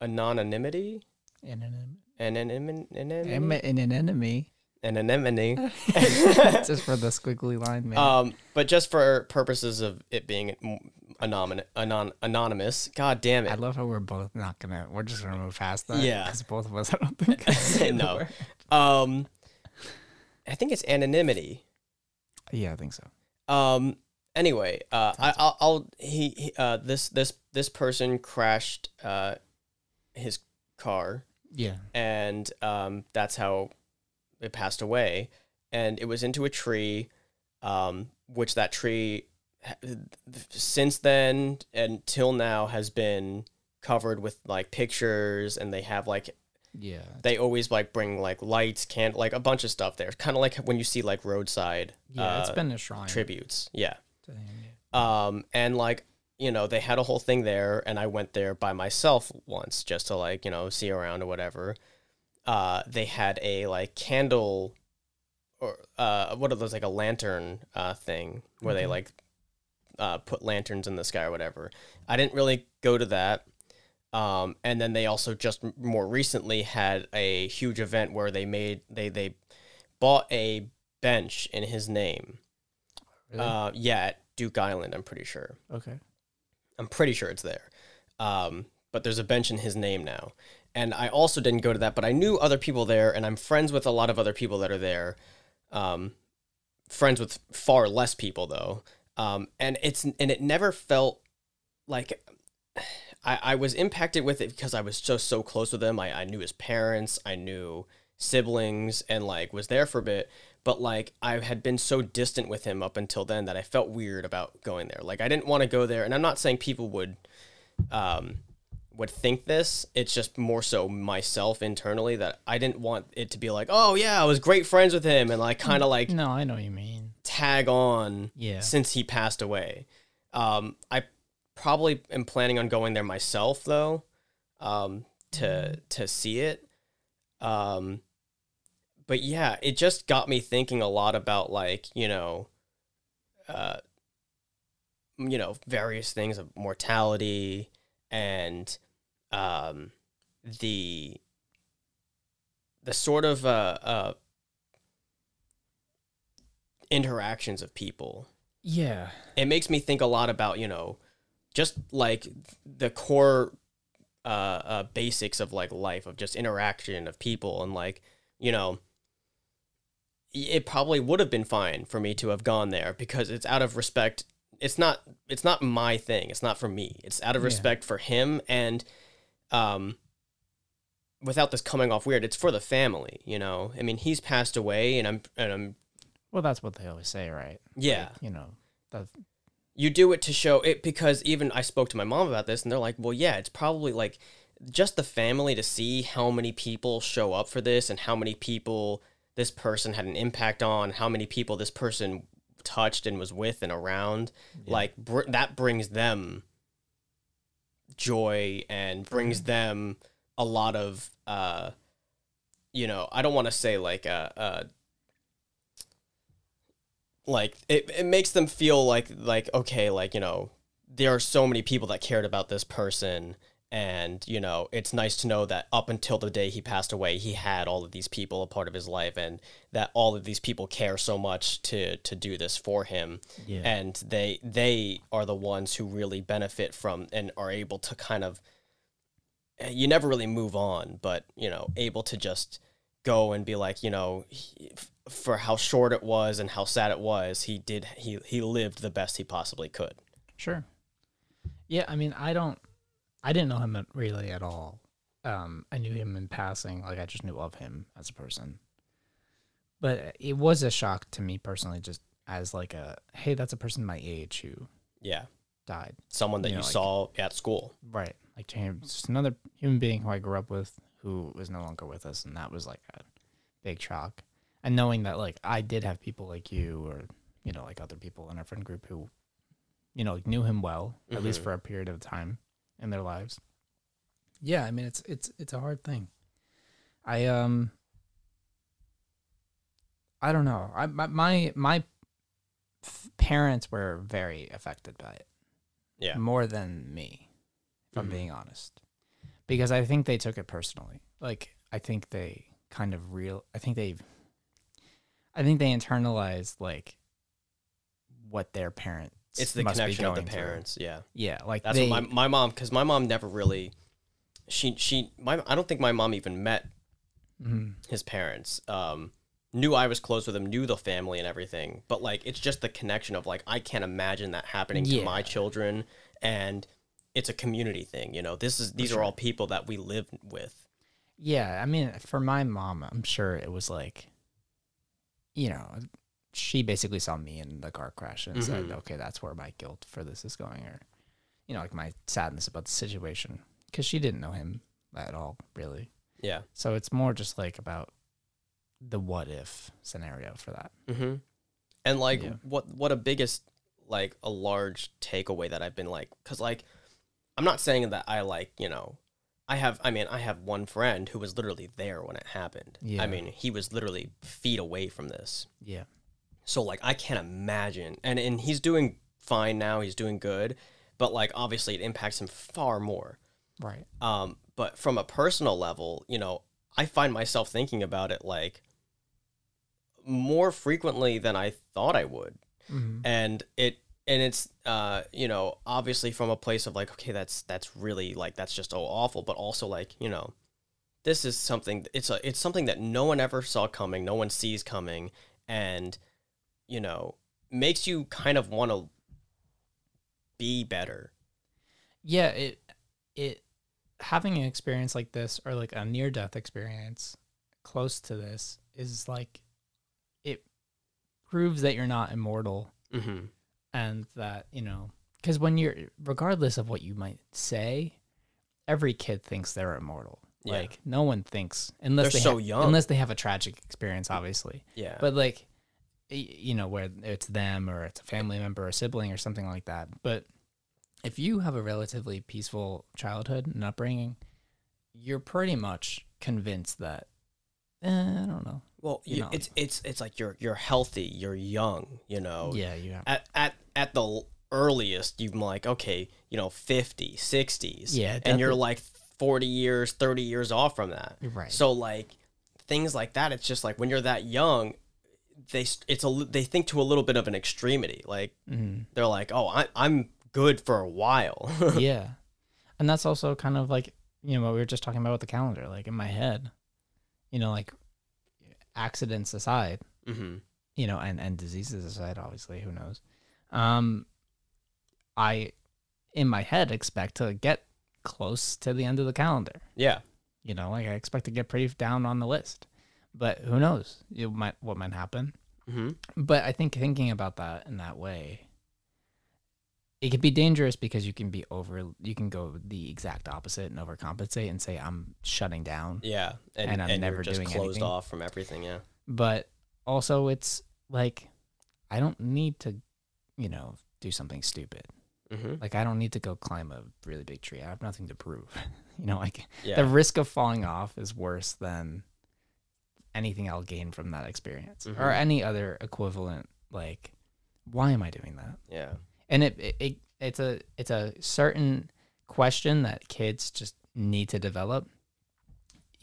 anonymity
And an,
and anonymity
and an enemy.
an anemone.
Just for the squiggly line, man.
um, but just for purposes of it being anonymous, anon- anonymous. God damn
I
it.
love how we're both not gonna. We're just gonna move past that.
Yeah.
Because both of us, I don't think. can say the
no.
word.
Um, I think it's anonymity.
Yeah, I think so.
Um, anyway, uh, I, I'll, I'll he, he uh this this this person crashed uh his car
Yeah.
and um, that's how it passed away. And it was into a tree, um, which that tree, ha- since then and till now, has been covered with like pictures, and they have like
Yeah.
they always like bring like lights, can like a bunch of stuff there. Kind of like when you see like roadside
Yeah. it's
uh,
been a shrine.
tributes, yeah.
to him, yeah.
Um, and like, you know, they had a whole thing there, and I went there by myself once just to like, you know, see around or whatever. Uh, they had a like candle or uh, what are those like a lantern uh thing where they like uh put lanterns in the sky or whatever. I didn't really go to that. Um, and then they also just m- more recently had a huge event where they made they they bought a bench in his name.
Really?
Uh, yeah, at Duke Island, I'm pretty sure.
Okay.
I'm pretty sure it's there. Um, but there's a bench in his name now. And I also didn't go to that, but I knew other people there, and I'm friends with a lot of other people that are there. Um, friends with far less people though. Um, and it's and it never felt like I, I was impacted with it because I was just so close with him. I, I knew his parents, I knew siblings, and like was there for a bit. But like I had been so distant with him up until then that I felt weird about going there. Like I didn't want to go there, and I'm not saying people would um would think this. It's just more so myself internally that I didn't want it to be like, oh yeah, I was great friends with him, and like kind of like
No, I know what you mean.
tag on
Yeah.
since he passed away. Um, I probably am planning on going there myself though, um, to to see it. Um, but yeah, it just got me thinking a lot about like you know, uh, you know various things of mortality and um, the the sort of uh, uh, interactions of people
Yeah.
it makes me think a lot about you know just like the core uh, uh basics of like life of just interaction of people and like you know y- it probably would have been fine for me to have gone there because it's out of respect it's not it's not my thing it's not for me it's out of
Yeah.
respect for him and um without this coming off weird it's for the family you know i mean he's passed away and i'm and i'm
Well, that's what they always say, right?
yeah
You know, that's,
you do it to show it because even I spoke to my mom about this and they're like, well, yeah, it's probably like just the family to see how many people show up for this and how many people this person had an impact on, how many people this person touched and was with and around. Like br- that brings them joy and brings them a lot of, uh, you know, I don't want to say like uh, uh, like it, it makes them feel like like okay like you know there are so many people that cared about this person and you know it's nice to know that up until the day he passed away he had all of these people a part of his life and that all of these people care so much to to do this for him
Yeah.
and they they are the ones who really benefit from and are able to kind of eh, you never really move on, but you know, able to just go and be like, you know, he, f- for how short it was and how sad it was, he did he he lived the best he possibly could.
Sure. Yeah, I mean, I don't, I didn't know him at- really at all. Um, I knew him in passing, like I just knew of him as a person. But it was a shock to me personally, just as like a, hey, that's a person my age who
Yeah,
died.
someone that
You
you,
know, like-
saw at school.
Right. Like to him, just another human being who I grew up with who is no longer with us, and that was like a big shock. And knowing that like I did have people like you or you know like other people in our friend group who you know like knew him well at least for a period of time in their lives. Yeah, I mean it's it's it's a hard thing. I um I don't know. I my my, my f- parents were very affected by it
Yeah, Mm-hmm.
more than me, if I'm being honest, because I think they took it personally. Like I think they kind of real. I think they, I think they internalized like what their parents.
it's the
must be
connection of the
going through.
parents. Yeah,
Yeah, like
that's
they,
what my my mom because my mom never really she she my I don't think my mom even met
Mhm.
his parents. Um, knew I was close with him, knew the family and everything. But like, it's just the connection of like, I can't imagine that happening
Yeah.
to my children. And it's a community thing, you know. This is these are all people that we live with.
Yeah, I mean, for my mom, I'm sure it was like, you know, she basically saw me in the car crash and said, "Okay, that's where my guilt for this is going," or, you know, like my sadness about the situation, because she didn't know him at all, really.
Yeah.
So it's more just like about the what if scenario for that.
Mm-hmm. And like, what what a biggest like a large takeaway that I've been like, because like, I'm not saying that I like you know, I have I mean I have one friend who was literally there when it happened.
Yeah.
I mean he was literally feet away from this.
Yeah,
So like I can't imagine. And and he's doing fine now, he's doing good, but like obviously it impacts him far more.
right.
Um but from a personal level, you know, I find myself thinking about it like more frequently than I thought I would.
Mm-hmm.
And it and it's uh you know, obviously from a place of like okay, that's that's really like that's just so awful, but also like, you know, this is something it's a it's something that no one ever saw coming, no one sees coming and you know, makes you kind of want to be better.
yeah it it having an experience like this or like a near death experience close to this is like it proves that you're not immortal
Mhm.
and that you know because when you're regardless of what you might say every kid thinks they're immortal
Yeah.
like no one thinks unless
They're
they
so
ha-
young.
unless they have a tragic experience obviously
Yeah.
but like y- you know where it's them or it's a family member or sibling or something like that but if you have a relatively peaceful childhood and upbringing you're pretty much convinced that eh, i don't know
Well,
you
you
know.
it's it's it's like you're you're healthy, you're young, you know.
yeah you have
At at at the l- earliest, you're like okay, you know, 50, 60s.
Yeah,
and you're
definitely.
like 40 years, 30 years off from that.
Right.
So like things like that, it's just like when you're that young, they s- it's a li- they think to a little bit of an extremity. Like
mm-hmm.
they're like, "Oh, I I'm good for a while."
yeah and that's also kind of like you know what we were just talking about with the calendar, like in my head, you know, like accidents aside,
Mm-hmm.
you know, and and diseases aside, obviously, who knows? Um, I, in my head, expect to get close to the end of the calendar.
Yeah.
You know, like I expect to get pretty down on the list, but who knows? It might what might happen.
Mm-hmm.
But I think thinking about that in that way, it can be dangerous because you can be over, you can go the exact opposite and overcompensate and say I'm shutting down.
Yeah. And,
And
and,
I'm never
you're just
doing
closed
anything.
off from everything. Yeah.
but also it's like I don't need to, you know, do something stupid.
Mm-hmm.
Like I don't need to go climb a really big tree. I have nothing to prove. you know, like
Yeah.
the risk of falling off is worse than anything I'll gain from that experience or
Mhm.
any other equivalent like why am I doing that?
yeah.
and it, it, it it's a it's a certain question that kids just need to develop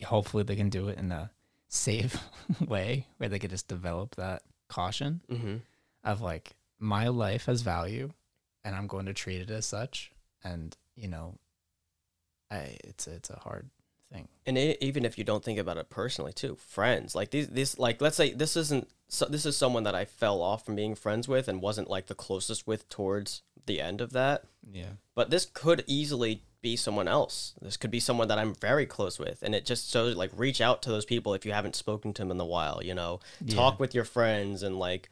hopefully they can do it in a safe way where they could just develop that caution
Mm-hmm.
of like my life has value and i'm going to treat it as such and you know I, it's it's a hard thing
and e even if you don't think about it personally too friends like these these like let's say this isn't so this is someone that i fell off from being friends with and wasn't like the closest with towards the end of that
yeah
but this could easily be someone else this could be someone that i'm very close with and it just shows like reach out to those people if you haven't spoken to them in a while you know talk with your friends and like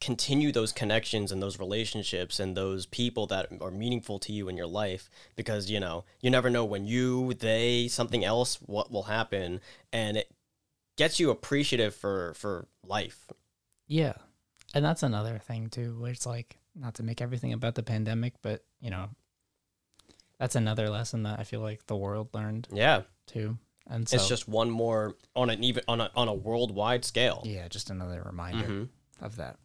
continue those connections and those relationships and those people that are meaningful to you in your life because you know you never know when you they something else what will happen and it gets you appreciative for for life
Yeah. And that's another thing too, where it's like not to make everything about the pandemic, but you know that's another lesson that I feel like the world learned
yeah
too. And so
it's just one more on an even on a on a worldwide scale
Yeah, just another reminder
Mhm.
of that.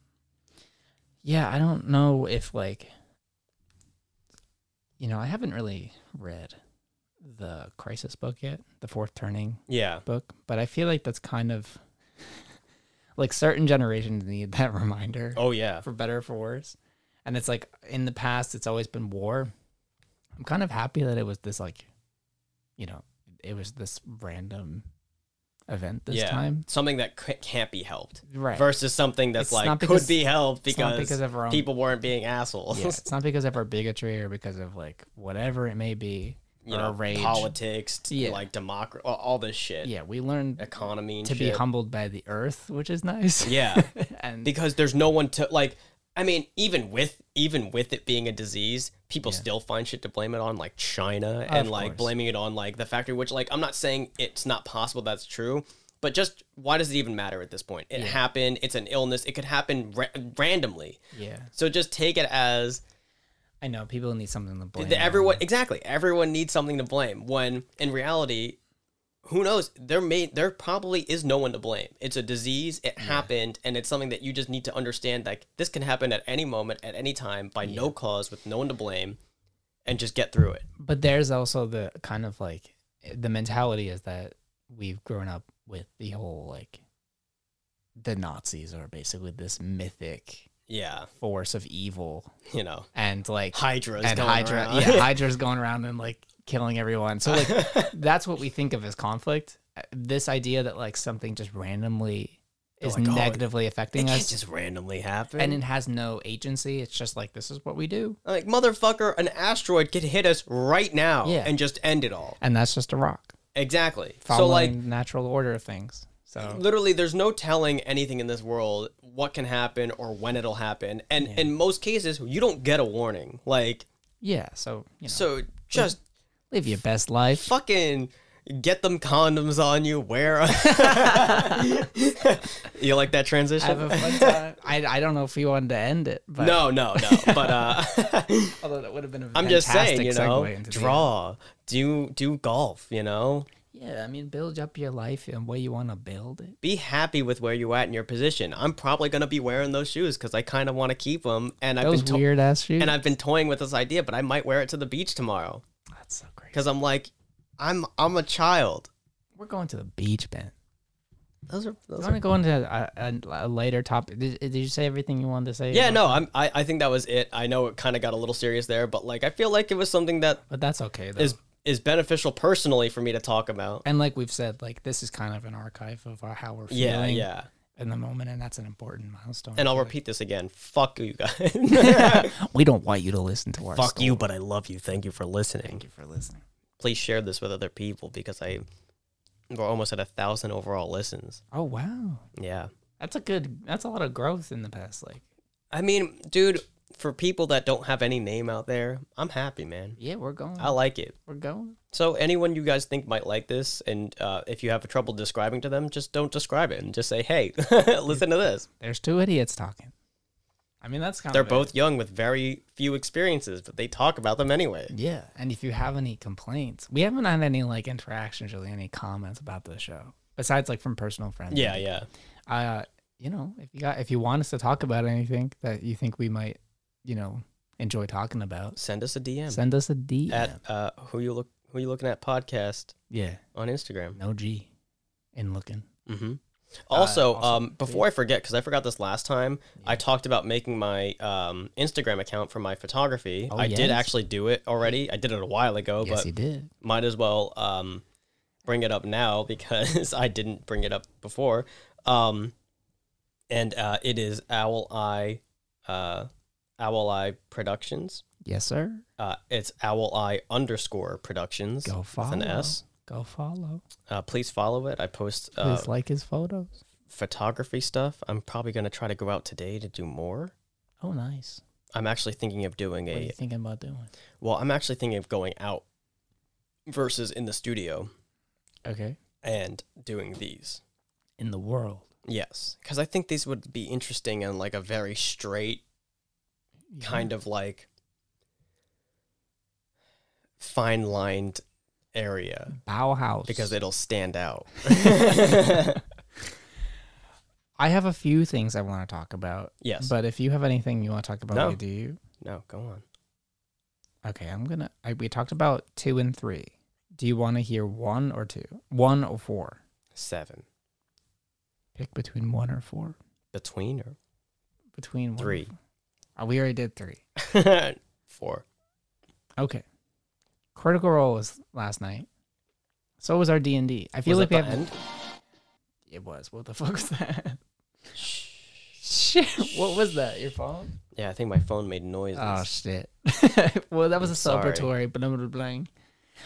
Yeah, I don't know if like you know, I haven't really read the crisis book yet, the fourth turning
yeah
book, but I feel like that's kind of like certain generations need that reminder.
oh yeah
for better or for worse. And it's like in the past, it's always been war. I'm kind of happy that it was this like, you know, it was this random event this
yeah
time.
something that c- can't be helped
Right.
versus something that's
It's
like
not because-
could be helped
it's not
because,
because of our own-
people weren't being assholes
Yeah, it's not because of our bigotry or because of like whatever it may be
you
or
know,
our rage.
politics, t-
Yeah.
like democracy, all this shit.
Yeah, we learned
Economy and
to
shit.
be humbled by the earth, which is nice.
Yeah.
and
because there's no one to like I mean, even with even with it being a disease, people still find shit to blame it on, like China and like
course.
blaming it on like the factory, which like I'm not saying it's not possible that's true, but just why does it even matter at this point? It happened, it's an illness, it could happen ra- randomly.
yeah,
So just take it as
I know people need something to blame.
that
on.
everyone exactly everyone needs something to blame when in reality who knows there may there probably is no one to blame it's a disease it happened and it's something that you just need to understand like this can happen at any moment at any time by no cause with no one to blame and just get through it
but there's also the kind of like the mentality is that we've grown up with the whole like the Nazis are basically this mythic
yeah
force of evil
you know
and like
hydra's
and
going
Hydra
around.
yeah Hydra's going around and like killing everyone so like that's what we think of as conflict Uh, this idea that like something just randomly is
like, oh,
negatively affecting
it can't
us
just randomly happen
and it has no agency it's just like this is what we do
like motherfucker an asteroid could hit us right now
Yeah.
and just end it all
and that's just a rock
exactly so like
following natural order of things so
literally there's no telling anything in this world what can happen or when it'll happen and in most cases you don't get a warning like
Yeah, so you know,
so just
live your best life.
fucking get them condoms on you wear you like that transition
Have a fun time. I, I don't know if we wanted to end it, but
no no no but uh
although that would have been a
i'm just saying
fantastic
you
segue
know
into the-
draw do do golf you know
Yeah, I mean, build up your life and way you want to build it.
be happy with where you at in your position i'm probably going to be wearing those shoes because i kind of want to keep them and i've
Those
been to-
weird ass shoes.
and i've been toying with this idea but i might wear it to the beach tomorrow
That's so great.
because I'm like, I'm I'm a child.
We're going to the beach, Ben.
Those are
You
those
want
are.
to go into a, a, a later topic? Did, did you say everything you wanted to say?
Yeah,
about-
no, I'm, I I think that was it. I know it kind of got a little serious there, but like I feel like it was something that
but that's okay. Though.
is is beneficial personally for me to talk about.
And like we've said, like this is kind of an archive of our, how we're feeling
Yeah, yeah.
in the moment, and that's an important milestone.
And I'll
Like,
repeat this again. Fuck you guys.
we don't want you to listen to our
Fuck
story.
you, but I love you. Thank you for listening.
Thank you for listening.
Please share this with other people because I we're almost at a thousand overall listens.
Oh wow,
Yeah.
that's a good. That's a lot of growth in the past. Like,
I mean, dude, for people that don't have any name out there, I'm happy, man.
yeah, we're going.
I like it.
we're going.
So anyone you guys think might like this, and uh, if you have trouble describing to them, just don't describe it and just say, "Hey, listen to this."
There's two idiots talking. I mean, that's kind
They're
of it.
both young with very few experiences, but they talk about them anyway.
Yeah, and if you have any complaints, we haven't had any like interactions really, any comments about the show besides like from personal friends.
Yeah, yeah.
Uh, you know, if you got if you want us to talk about anything that you think we might, you know, enjoy talking about,
Send us a DM
send us a DM.
at uh, who you look who you looking at podcast
yeah,
on Instagram.
no G, in looking.
Mm-hmm. Also,
Uh, also,
um, before I forget, because I forgot this last time, I talked about making my um, Instagram account for my photography.
Oh,
I did
yes.
actually do it already. I did it a while ago,
yes,
Oh, but
you did.
might as well um, bring it up now because I didn't bring it up before. Um, and uh, it is Owl Eye, uh, Owl Eye Productions.
Yes, sir.
Uh, it's Owl Eye underscore Productions
Go
with an S.
Go follow.
Uh, please follow it. I post uh,
Please like his photos.
photography stuff. I'm probably gonna try to go out today to do more.
Oh, nice.
I'm actually thinking of doing
What are you
a
thinking about doing?
well. I'm actually thinking of going out versus in the studio
Okay,
and doing these.
in the world.
Yes, because I think these would be interesting and like a very straight kind of like fine lined area
Bauhaus.
because it'll stand out.
I have a few things I want to talk about.
Yes.
But if you have anything you want to talk about,
No.
we do you?
No, go on.
Okay, I'm gonna. I, we talked about two and three. Do you want to hear one or two? One or four?
Seven
Pick between one or four.
between or
Between one or
Three.
four. Oh, we already did three.
four.
Okay. Critical Role was last night. So was our D and D. I feel
Was
like
it
we
the
have.
end?
It was. What the fuck was that? Shit. What was that? Your phone?
Yeah, I think my phone made noises.
Oh shit. well, that was a
sorry.
celebratory, but I'm blank.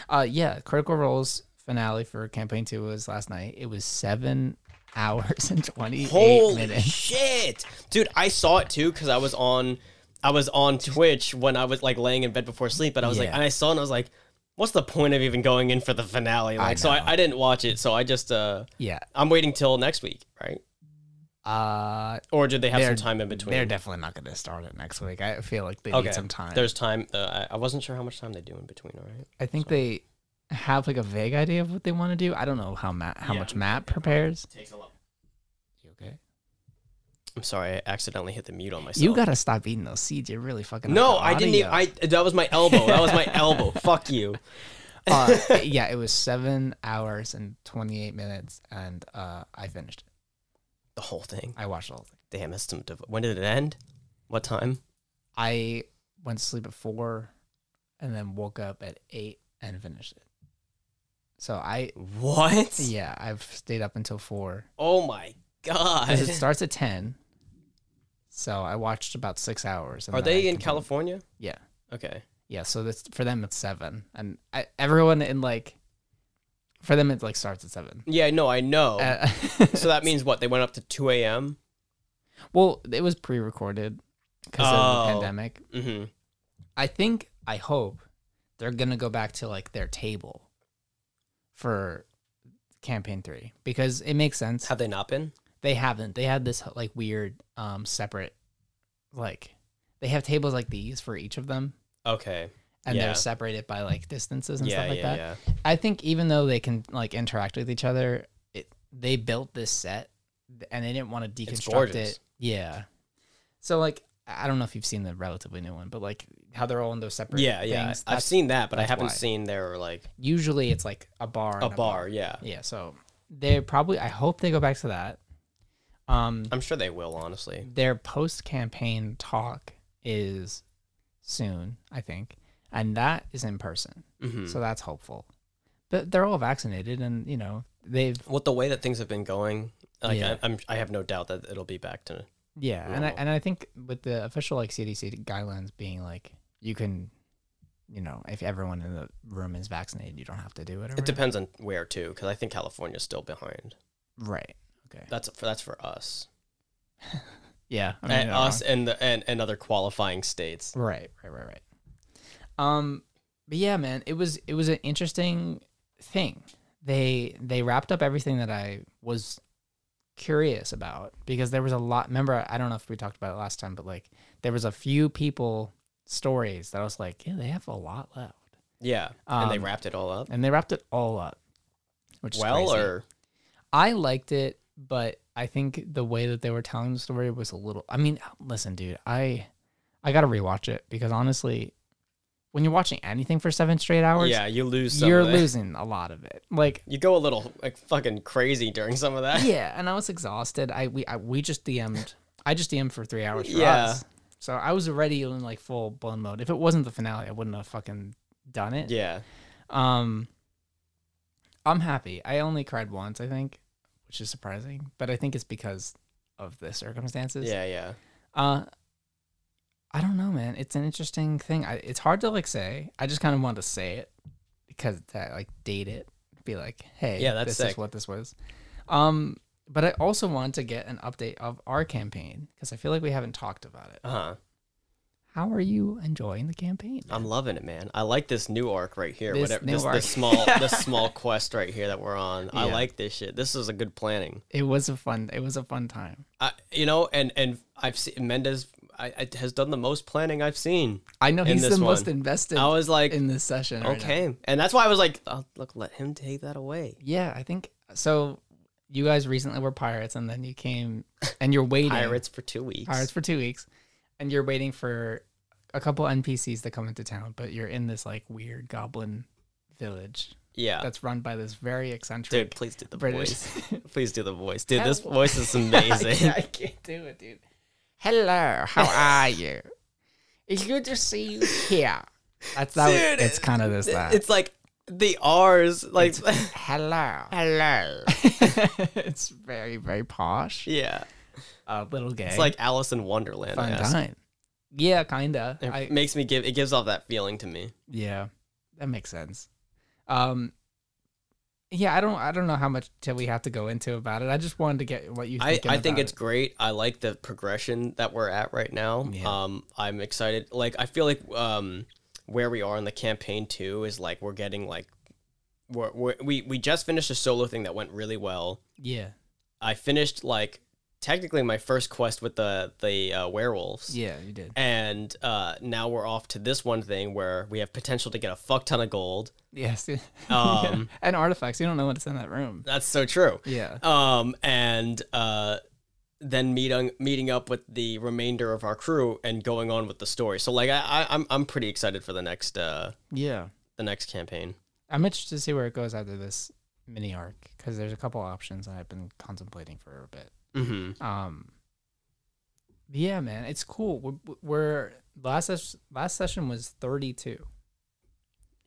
Uh, yeah, Critical Role's finale for campaign two was last night. It was seven hours and twenty eight
Holy
minutes.
shit, dude! I saw it too because I was on, I was on Twitch when I was like laying in bed before sleep, and I was like,
Yeah.
and I saw it, and I was like, what's the point of even going in for the finale? Like, so I, I didn't watch it, so I just uh,
Yeah.
I'm waiting till next week, right?
Uh,
Or did they have
They're-
some time in between?
they're definitely not going to start it next week. I feel like they need some time.
There's time. Uh, I, I wasn't sure how much time they do in between. All right.
I think they have like a vague idea of what they want to do. I don't know how Matt, how much Matt prepares.
Takes a lot.
You okay?
I'm sorry, I accidentally hit the mute on myself.
You gotta stop eating those seeds. You're really fucking. up
No,
the
I didn't.
audio.
Even, I that was my elbow. That was my elbow. Fuck you.
uh, yeah, it was seven hours and 28 minutes, and uh, I finished. it.
The whole thing.
I watched the whole thing.
Damn, that's some. Div- when did it end? What time?
I went to sleep at four and then woke up at eight and finished it. So I,
What?
yeah, I've stayed up until four
Oh my god.
'Cause it starts at 10. So I watched about six hours. and
Are
then
they
I
in
completed-
California?
Yeah.
Okay.
Yeah. So that's for them, it's seven. And I, everyone in like, for them, it like starts at seven.
Yeah, no, I know.
Uh,
so that means what? They went up to 2 a.m.
Well, it was pre-recorded because of the
Oh.
pandemic.
Mm-hmm.
I think, I hope they're gonna go back to like their table for campaign three because it makes sense.
Have they not been?
They haven't. They had this like weird, um, separate, like they have tables like these for each of them,
Okay.
and
Yeah.
they're separated by like distances and
yeah,
stuff like
yeah,
that.
yeah.
I think even though they can like interact with each other, it, they built this set and they didn't want to deconstruct
gorgeous.
it. Yeah. So like I don't know if you've seen the relatively new one, but like how they're all in those separate
Yeah, yeah.
things,
I've
that's-
seen that, but I
that's
haven't
why.
seen their like
usually it's like a bar
a
and
bar. Yeah.
Yeah, so they probably I hope they go back to that. Um
I'm sure they will, honestly.
their post campaign talk is soon, I think. and that is in person. So that's hopeful. But they're all vaccinated, and you know they've
With the way that things have been going, like
Yeah.
I, I'm, I have no doubt that it'll be back to.
Yeah, and I
normal.
and I think with the official like CDC guidelines being like you can, you know, if everyone in the room is vaccinated, you don't have to do it. Or
It depends on where too, because I think California's still behind.
Right. Okay.
That's for that's for us,
Yeah. I
and
you're not
us, and the and, and other qualifying states.
wrong. Right. Right. Right. Right. Um, but yeah, man, it was it was an interesting thing. They they wrapped up everything that I was curious about because there was a lot. Remember, I don't know if we talked about it last time, but like there was a few people stories that I was like, yeah, they have a lot left.
Yeah, and they
Um,
wrapped it all up
and they wrapped it all up. Which is
well,
crazy.
or
I liked it, but I think the way that they were telling the story was a little. I mean, listen, dude, I I gotta rewatch it because honestly, when you're watching anything for seven straight hours,
yeah, you lose. Some
you're
of it.
losing a lot of it. Like,
You go a little like fucking crazy during some of that.
yeah, and I was exhausted. I we I, we just DM'd. I just DM'd for three hours. For
Yeah.
us. So I was already in like full blown mode. If it wasn't the finale, I wouldn't have fucking done it.
Yeah,
Um, I'm happy. I only cried once, I think, which is surprising, but I think it's because of the circumstances.
yeah, yeah.
Uh, I don't know, man. It's an interesting thing. I, it's hard to like say. I just kind of wanted to say it because that like date it, be like, hey,
Yeah, that's
this is
sick.
what this was. Um, but I also wanted to get an update of our campaign because I feel like we haven't talked about it.
Uh huh.
How are you enjoying the campaign?
I'm loving it, man. I like this new arc right here.
This
whatever
new
this,
arc.
this small this small quest right here that we're on. I
Yeah.
like this shit. This is a good planning.
It was a fun. It was a fun time.
I, you know, and and I've seen Mendez I, I, has done the most planning I've seen.
I know
in
he's the
this
most
one.
invested.
I was like,
in this session. right now.
okay, and that's why I was like, oh, look, let him take that away.
Yeah, I think so. You guys recently were pirates, and then you came, and you're waiting
Pirates for two weeks.
pirates for two weeks, and you're waiting for a couple NPCs to come into town. But you're in this like weird goblin village
yeah,
that's run by this very eccentric
Uh, dude. Please do the
British.
voice. please do the voice, dude. This
Hello.
voice is
I,
amazing.
can't, I can't do it, dude. Hello, how are you? It's good to see you here. That's that.
Dude,
it's kind of this that.
it's like the R's, like
hello.
hello.
it's very very posh.
yeah,
A little gay.
it's like Alice in Wonderland.
fun
esque.
time. Yeah, kinda.
It
I,
makes me give. It gives off that feeling to me.
yeah, that makes sense. Um, yeah, I don't, I don't know how much till we have to go into about it. I just wanted to get what you.
I,
thinking
I think
about
it's
it.
great. I like the progression that we're at right now.
Yeah.
Um, I'm excited. Like I feel like um, where we are in the campaign too is like we're getting like we're, we're, we we just finished a solo thing that went really well.
yeah,
I finished like technically my first quest with the the uh, werewolves.
yeah, you did.
And uh, now we're off to this one thing where we have potential to get a fuck ton of gold.
Yes, um,
Um,
and artifacts. You don't know what's in that room.
That's so true.
Yeah,
um and uh then meeting meeting up with the remainder of our crew and going on with the story so like i, I i'm i'm pretty excited for the next uh
yeah.
the next campaign
I'm interested to see where it goes after this mini arc because there's a couple options that I've been contemplating for a bit.
mm-hmm
Um. Yeah, man, it's cool. We're, we're last ses- last session was 32.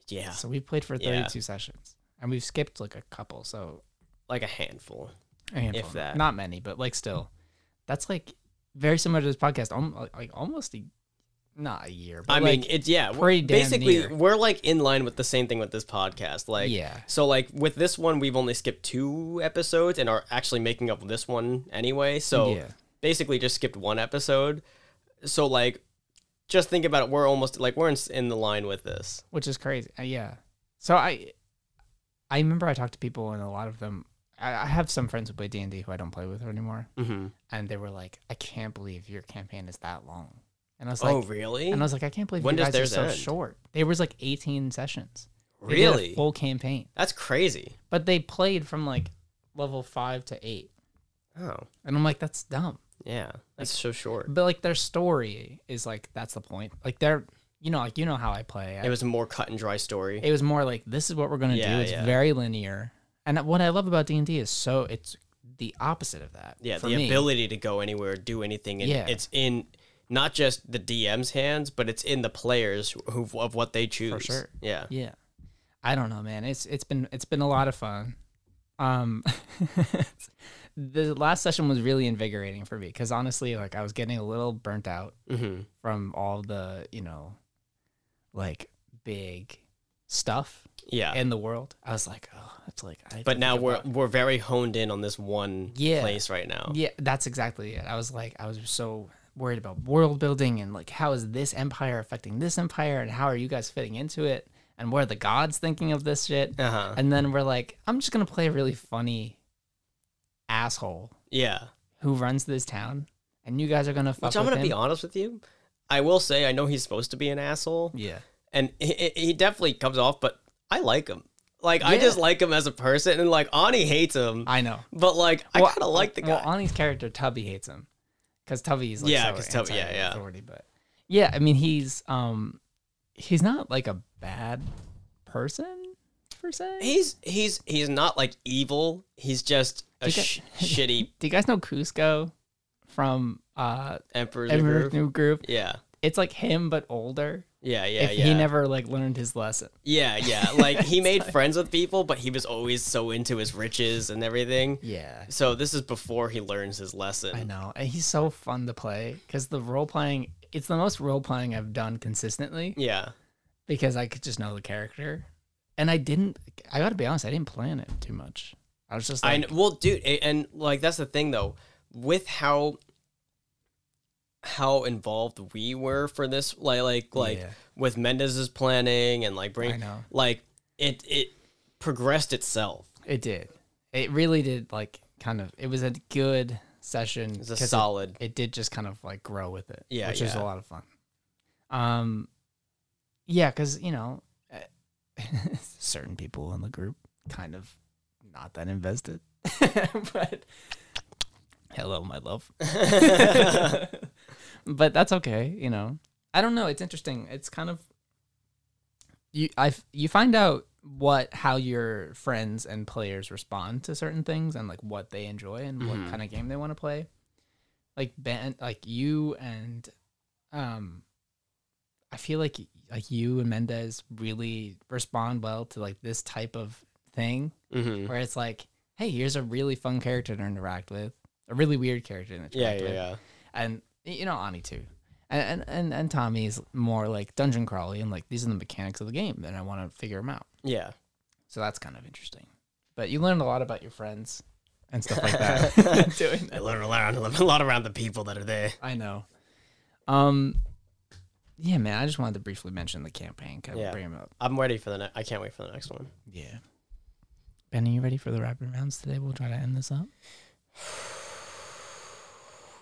yeah
So we played for 32
Yeah.
sessions and we've skipped like a couple. So,
like a handful
a handful,
If that.
Not many, but like still. That's like very similar to this podcast. Alm- like- like almost a, not a year, but
i
like,
mean it's yeah we're-
pretty damn
basically
near.
we're like in line with the same thing with this podcast like
Yeah.
so like with this one we've only skipped two episodes and are actually making up this one anyway so
Yeah.
basically just skipped one episode so like just think about it we're almost like we're in, in the line with this
which is crazy. Uh, yeah. So I, I remember I talked to people and a lot of them, I, I have some friends who play D&D who I don't play with anymore.
Mm-hmm.
And they were like, I can't believe your campaign is that long. And I was like,
oh, really?
and I was like, I can't believe
When
you
does
guys are
theirs
so
end?
short. There was like 18 sessions. They did a
really?
full campaign.
That's crazy.
but they played from like level five to eight
Oh,
and i'm like that's dumb
yeah. That's so short.
but like their story is like that's the point like they're you know like you know how i play
It was a more cut and dry story.
it was more like this is what we're gonna
Yeah,
do it's
yeah.
very linear and what i love about d&d is so it's the opposite of that
yeah,
for
the
me.
ability to go anywhere, do anything. And
Yeah.
It's in not just the DM's hands, but it's in the players who, who- of what they choose.
sure.
Yeah.
Yeah. I don't know, man. It's it's been it's been a lot of fun. Um the last session was really invigorating for me cuz honestly like I was getting a little burnt out
Mhm.
from all the, you know, like big stuff
Yeah.
in the world. I was like, oh, it's like I
but
don't
now
think
we're
about-
we're very honed in on this one
Yeah.
place right now.
Yeah, that's exactly it. I was like, I was so worried about world building and like, how is this empire affecting this empire, and how are you guys fitting into it, and what are the gods thinking of this shit?
Uh-huh.
And then we're like, I'm just gonna play a really funny asshole
Yeah.
who runs this town, and you guys are gonna fuck
Which I'm
with
gonna be
him.
honest with you, I will say I know he's supposed to be an asshole,
Yeah,
and he, he definitely comes off, but I like him. Like I just like him as a person, and like Ani hates him,
I know.
but like I
Well,
kind of like the guy.
Well, Ani's character Tubby hates him because Tubby's like
Yeah,
so
'cause Tubby- yeah, yeah.
anti-authority, but yeah, I mean he's um he's not like a bad person per se.
he's he's he's not like evil. He's just a
Did I-
sh- shitty
Do you guys know Cusco from uh
emperor.
Emperor's New Group?
Yeah,
It's like him but older.
yeah, yeah,
if
yeah.
he never like learned his lesson.
yeah, yeah. Like he made friends with people, but he was always so into his riches and everything.
Yeah.
So this is before he learns his lesson.
I know. And he's so fun to play because the role playing it's the most role playing I've done consistently
Yeah,
because I could just know the character. And I didn't I gotta be honest, I didn't plan it too much. I was just
I
like
kn- well, dude, a- and like that's the thing though, with how how involved we were for this, like like like
Yeah.
with Mendez's planning and like bring,
I know.
like it it progressed itself.
it did. It really did like kind of it was a good session.
It's a
'cause it-
solid.
it did just kind of like grow with it.
Yeah,
which is
yeah.
a lot of fun. Um, yeah, because you know, eh, certain people in the group kind of not that invested, but hello, my love. but that's okay, you know. I don't know. It's interesting. It's kind of you. I f- you find out what how your friends and players respond to certain things and like what they enjoy and
Mm-hmm.
what kind of game they want to play like Ben, like you and um, I feel like like you and Mendez really respond well to like this type of thing
Mm-hmm.
where it's like, hey, here's a really fun character to interact with, a really weird character to interact
Yeah, yeah,
with,
yeah.
and you know Ani too. And, and, and, and Tommy is more like dungeon crawly and like these are the mechanics of the game and I want to figure them out.
Yeah.
So that's kind of interesting. But you learned a lot about your friends and stuff like that doing that.
I learn around a lot around the people that are there.
I know. Um, yeah, man. I just wanted to briefly mention the campaign. Kind of
Yeah.
bring 'em up.
I'm ready for the next. I can't wait for the next one.
Yeah. Ben, are you ready for the rapid rounds today? We'll try to end this up.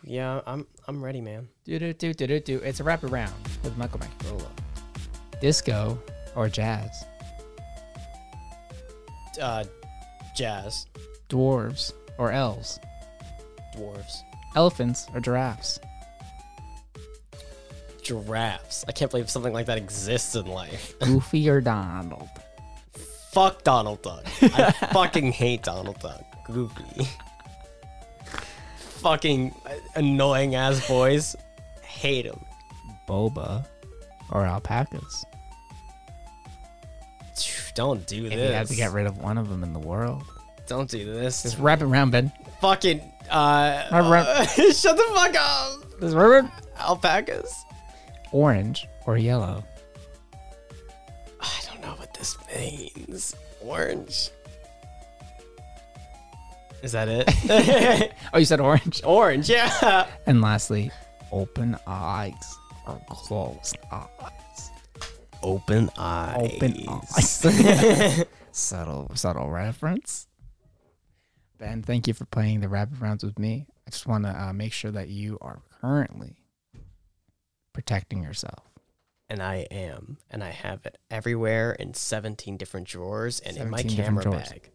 Yeah, I'm I'm ready, man.
Do do do do do do. It's a rapid round with Michael Macarola. Disco or jazz?
Uh, jazz,
Dwarves or elves?
dwarves,
Elephants or giraffes?
giraffes. I can't believe something like that exists in life.
Goofy or Donald?
Fuck Donald Duck. I fucking hate Donald Duck. Goofy. fucking annoying ass voice. Hate him.
Boba or alpacas?
Don't do
If you had to
this.
get rid of one of them in the world,
Don't do this.
this rapid round, Ben.
Fucking. Uh,
Rapid round.
shut the fuck up.
This rapid.
Alpacas.
Orange or yellow?
I don't know what this means. Orange. Is that it?
Oh, you said orange.
Orange, yeah.
And lastly, open eyes or closed eyes.
Open eye.
Open eyes. subtle, subtle reference. Ben, thank you for playing the rapid rounds with me. I just want to uh, make sure that you are currently protecting yourself.
And I am. And I have it everywhere in 17 different drawers and in my
17
camera
different drawers.
bag.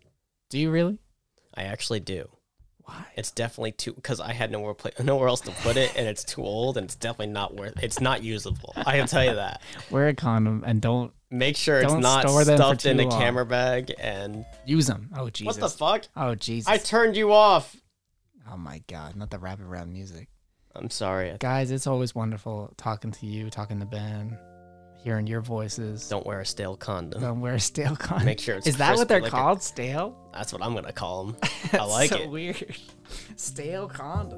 Do you really?
I actually do.
Why?
It's definitely too because I had nowhere pla nowhere else to put it, and it's too old, and it's definitely not worth. It's not usable. I can tell you that.
Wear a condom and don't
Make sure it's
Don't
not
store them for
stuffed in
too
a
long.
camera bag. And
use them. Oh Jesus!
what the fuck?
oh Jesus!
I turned you off.
oh my God! Not the rapid round music.
I'm sorry.
Guys, it's always wonderful talking to you, talking to Ben, hearing your voices.
Don't wear a stale condom.
Don't wear stale condom.
Make sure it's
Is that
crispy
what they're
like a-
called? Stale?
That's what I'm gonna call them. I like
so
it.
weird. Stale condom.